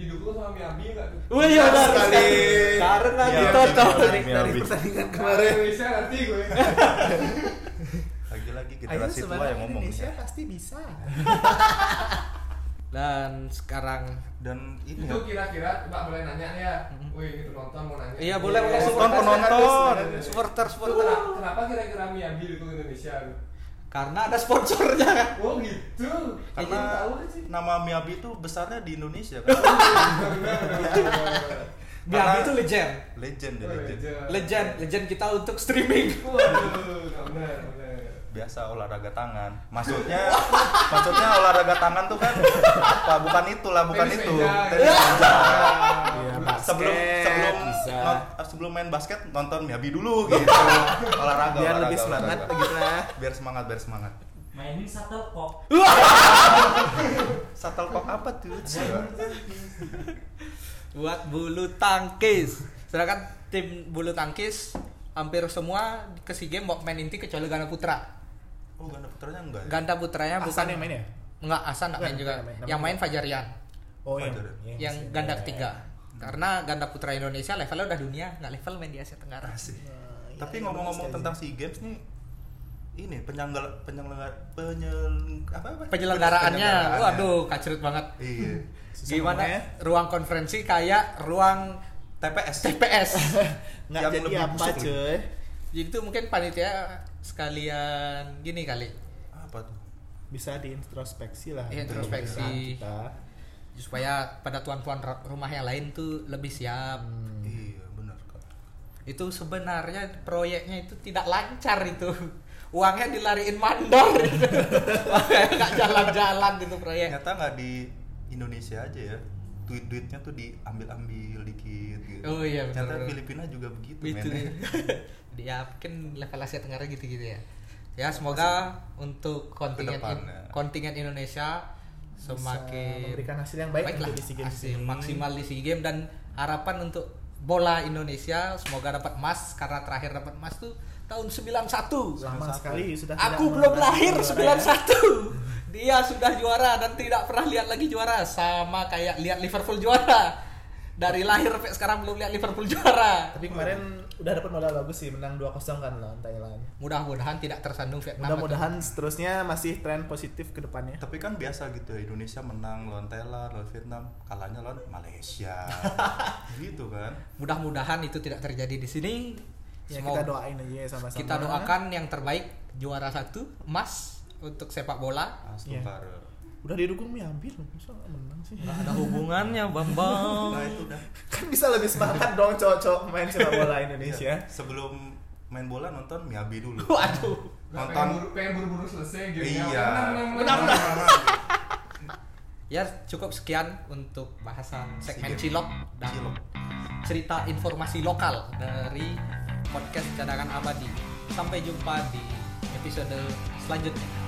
[SPEAKER 5] didukung sama Miami enggak tuh
[SPEAKER 1] Wih, ya
[SPEAKER 2] benar sekali.
[SPEAKER 1] Karena
[SPEAKER 3] Iya,
[SPEAKER 1] ditonton.
[SPEAKER 3] benar,
[SPEAKER 2] Dari,
[SPEAKER 3] Miami.
[SPEAKER 2] dari pertandingan
[SPEAKER 5] Bahasa
[SPEAKER 2] kemarin.
[SPEAKER 5] Indonesia ngerti gue
[SPEAKER 3] Lagi-lagi
[SPEAKER 2] Ayo
[SPEAKER 3] generasi tua
[SPEAKER 2] sebenarnya
[SPEAKER 3] yang ngomong.
[SPEAKER 2] Indonesia
[SPEAKER 3] ya.
[SPEAKER 2] pasti bisa.
[SPEAKER 1] Dan sekarang
[SPEAKER 3] Dan ini
[SPEAKER 5] itu
[SPEAKER 3] ya,
[SPEAKER 5] kira-kira mbak boleh nanya nih ya wih itu nonton mau nanya
[SPEAKER 1] Iya, boleh, boleh.
[SPEAKER 3] penonton penonton.
[SPEAKER 1] supporter
[SPEAKER 5] Itu
[SPEAKER 1] supporter
[SPEAKER 5] kenapa, kenapa kira-kira Miami dukung Indonesia lu?
[SPEAKER 1] karena ada sponsornya kan.
[SPEAKER 5] Oh gitu.
[SPEAKER 3] Karena
[SPEAKER 5] Iya, tahu aja.
[SPEAKER 3] nama Miabi itu besarnya di Indonesia kan.
[SPEAKER 1] Miami
[SPEAKER 3] Karena-
[SPEAKER 1] itu legend.
[SPEAKER 3] legend ya,
[SPEAKER 5] Oh,
[SPEAKER 3] legend.
[SPEAKER 5] legend.
[SPEAKER 1] Legend, legend kita untuk streaming.
[SPEAKER 5] Waduh, nggak benar, nggak benar.
[SPEAKER 3] biasa olahraga tangan. Maksudnya maksudnya olahraga tangan tuh kan apa bukan itulah bukan
[SPEAKER 5] Tenis
[SPEAKER 3] itu.
[SPEAKER 5] meja,
[SPEAKER 3] Tenis
[SPEAKER 5] gitu.
[SPEAKER 3] meja.
[SPEAKER 2] Iya,
[SPEAKER 5] Dulu
[SPEAKER 2] Pak
[SPEAKER 6] basket.
[SPEAKER 3] sebelum sebelum
[SPEAKER 6] bisa.
[SPEAKER 3] non- eh, sebelum main basket nonton Miabi dulu gitu olahraga
[SPEAKER 6] biar
[SPEAKER 3] olahraga,
[SPEAKER 6] lebih semangat
[SPEAKER 3] olahraga.
[SPEAKER 6] begitu lah.
[SPEAKER 3] biar semangat biar semangat
[SPEAKER 7] mainin satu kok
[SPEAKER 3] shuttlecock apa tuh
[SPEAKER 1] buat bulu tangkis. Sedangkan tim bulu tangkis hampir semua ke SEA Games main inti kecuali ganda putra.
[SPEAKER 3] oh ganda putranya enggak ya?
[SPEAKER 1] Ganda putranya bukan
[SPEAKER 6] Hasan yang main ya?
[SPEAKER 1] Enggak, Hasan enggak main
[SPEAKER 6] Bukan,
[SPEAKER 1] juga.
[SPEAKER 6] bukan main.
[SPEAKER 1] Yang main Fajarian
[SPEAKER 3] Iya,
[SPEAKER 6] Oh, yang,
[SPEAKER 3] Jordan.
[SPEAKER 1] yang
[SPEAKER 6] yang-
[SPEAKER 1] ganda
[SPEAKER 3] Iya,
[SPEAKER 1] ketiga. Karena ganda putra Indonesia levelnya udah dunia, nggak level main di Asia Tenggara.
[SPEAKER 3] Asik.
[SPEAKER 6] Nah, iya,
[SPEAKER 3] tapi
[SPEAKER 6] iya,
[SPEAKER 3] ngomong-ngomong
[SPEAKER 6] bagus
[SPEAKER 3] tentang
[SPEAKER 6] sekali.
[SPEAKER 3] sea games nih ini penyelenggara penyelenggara penyel apa apa
[SPEAKER 1] Penyelenggaraannya,
[SPEAKER 3] Penyelenggaraannya.
[SPEAKER 1] waduh, kacret banget.
[SPEAKER 3] iya
[SPEAKER 6] Susah
[SPEAKER 1] Gimana?
[SPEAKER 6] ngomongnya.
[SPEAKER 1] Ruang konferensi kayak ruang
[SPEAKER 3] TPS
[SPEAKER 1] TPS.
[SPEAKER 6] nggak
[SPEAKER 3] yang
[SPEAKER 6] jadi
[SPEAKER 3] lebih
[SPEAKER 6] apa
[SPEAKER 3] busuk
[SPEAKER 6] cuy?
[SPEAKER 1] Jadi itu mungkin panitia sekalian gini kali.
[SPEAKER 3] apa tuh
[SPEAKER 6] Bisa diintrospeksi lah.
[SPEAKER 1] Iya,
[SPEAKER 6] perusahaan
[SPEAKER 1] introspeksi.
[SPEAKER 6] Kita.
[SPEAKER 1] supaya pada tuan-tuan ra- rumah yang lain tuh lebih siap.
[SPEAKER 3] iya benar Kak.
[SPEAKER 1] Itu sebenarnya proyeknya itu tidak lancar itu. Uangnya dilariin mandor. itu. Makanya nggak jalan-jalan gitu proyek.
[SPEAKER 3] ternyata nggak di Indonesia aja ya duit duitnya tuh diambil-ambil dikit gitu.
[SPEAKER 1] Oh iya, benar,
[SPEAKER 3] Ternyata
[SPEAKER 1] benar.
[SPEAKER 3] Filipina juga begitu,
[SPEAKER 1] Gitu.
[SPEAKER 3] men.
[SPEAKER 1] ya mungkin level Asia Tenggara gitu-gitu ya. Ya semoga untuk kontingen
[SPEAKER 3] Kedepannya.
[SPEAKER 1] kontingen Indonesia
[SPEAKER 6] Bisa
[SPEAKER 1] semakin
[SPEAKER 6] memberikan hasil yang baik,
[SPEAKER 1] baiklah
[SPEAKER 6] untuk di SEA Games
[SPEAKER 1] hasil
[SPEAKER 6] ini.
[SPEAKER 1] maksimal di SEA Games dan harapan untuk bola Indonesia semoga dapat emas karena terakhir dapat emas tuh tahun 91.
[SPEAKER 6] Lama sekali sudah. tidak
[SPEAKER 1] Aku belum
[SPEAKER 6] mengenal
[SPEAKER 1] lahir
[SPEAKER 6] juara ya.
[SPEAKER 1] 91. Dia sudah juara dan tidak pernah lihat lagi juara sama kayak lihat Liverpool juara. Dari lahir sampai sekarang belum lihat Liverpool
[SPEAKER 6] ya.
[SPEAKER 1] juara.
[SPEAKER 6] Tapi kemarin udah dapat modal bagus sih, menang 2-0 kan lawan Thailand.
[SPEAKER 1] Mudah-mudahan tidak tersandung Vietnam.
[SPEAKER 6] Mudah-mudahan seterusnya masih tren positif ke depannya.
[SPEAKER 3] Tapi kan biasa gitu ya, Indonesia menang lawan Thailand, lawan Vietnam, kalahnya lawan Malaysia. gitu kan.
[SPEAKER 1] Mudah-mudahan itu tidak terjadi di sini.
[SPEAKER 6] Ya, kita
[SPEAKER 1] Semoga-
[SPEAKER 6] doain aja ya sama-sama.
[SPEAKER 1] kita doakan yang terbaik juara satu emas untuk sepak bola.
[SPEAKER 3] Langsung
[SPEAKER 6] Iya.
[SPEAKER 3] baru.
[SPEAKER 6] Udah didukung Miambi loh, masa nggak menang sih?
[SPEAKER 1] Gak ada hubungannya Bambang.
[SPEAKER 3] Nah, itu udah.
[SPEAKER 6] kan bisa lebih semangat dong cocok main sepak bola
[SPEAKER 3] Iya.
[SPEAKER 6] Indonesia.
[SPEAKER 3] Sebelum main bola nonton Miabi dulu.
[SPEAKER 1] Waduh.
[SPEAKER 5] Udah
[SPEAKER 3] Nonton.
[SPEAKER 5] pengen buru- pengen buru-buru selesai gamenya.
[SPEAKER 3] Iya.
[SPEAKER 5] Menang, menang, menang.
[SPEAKER 1] Ya cukup sekian untuk bahasan
[SPEAKER 6] Hmm,
[SPEAKER 1] segmen
[SPEAKER 3] Sikit.
[SPEAKER 1] cilok dan
[SPEAKER 3] Cilok.
[SPEAKER 1] cerita informasi lokal dari podcast cadangan abadi. Sampai jumpa di episode selanjutnya.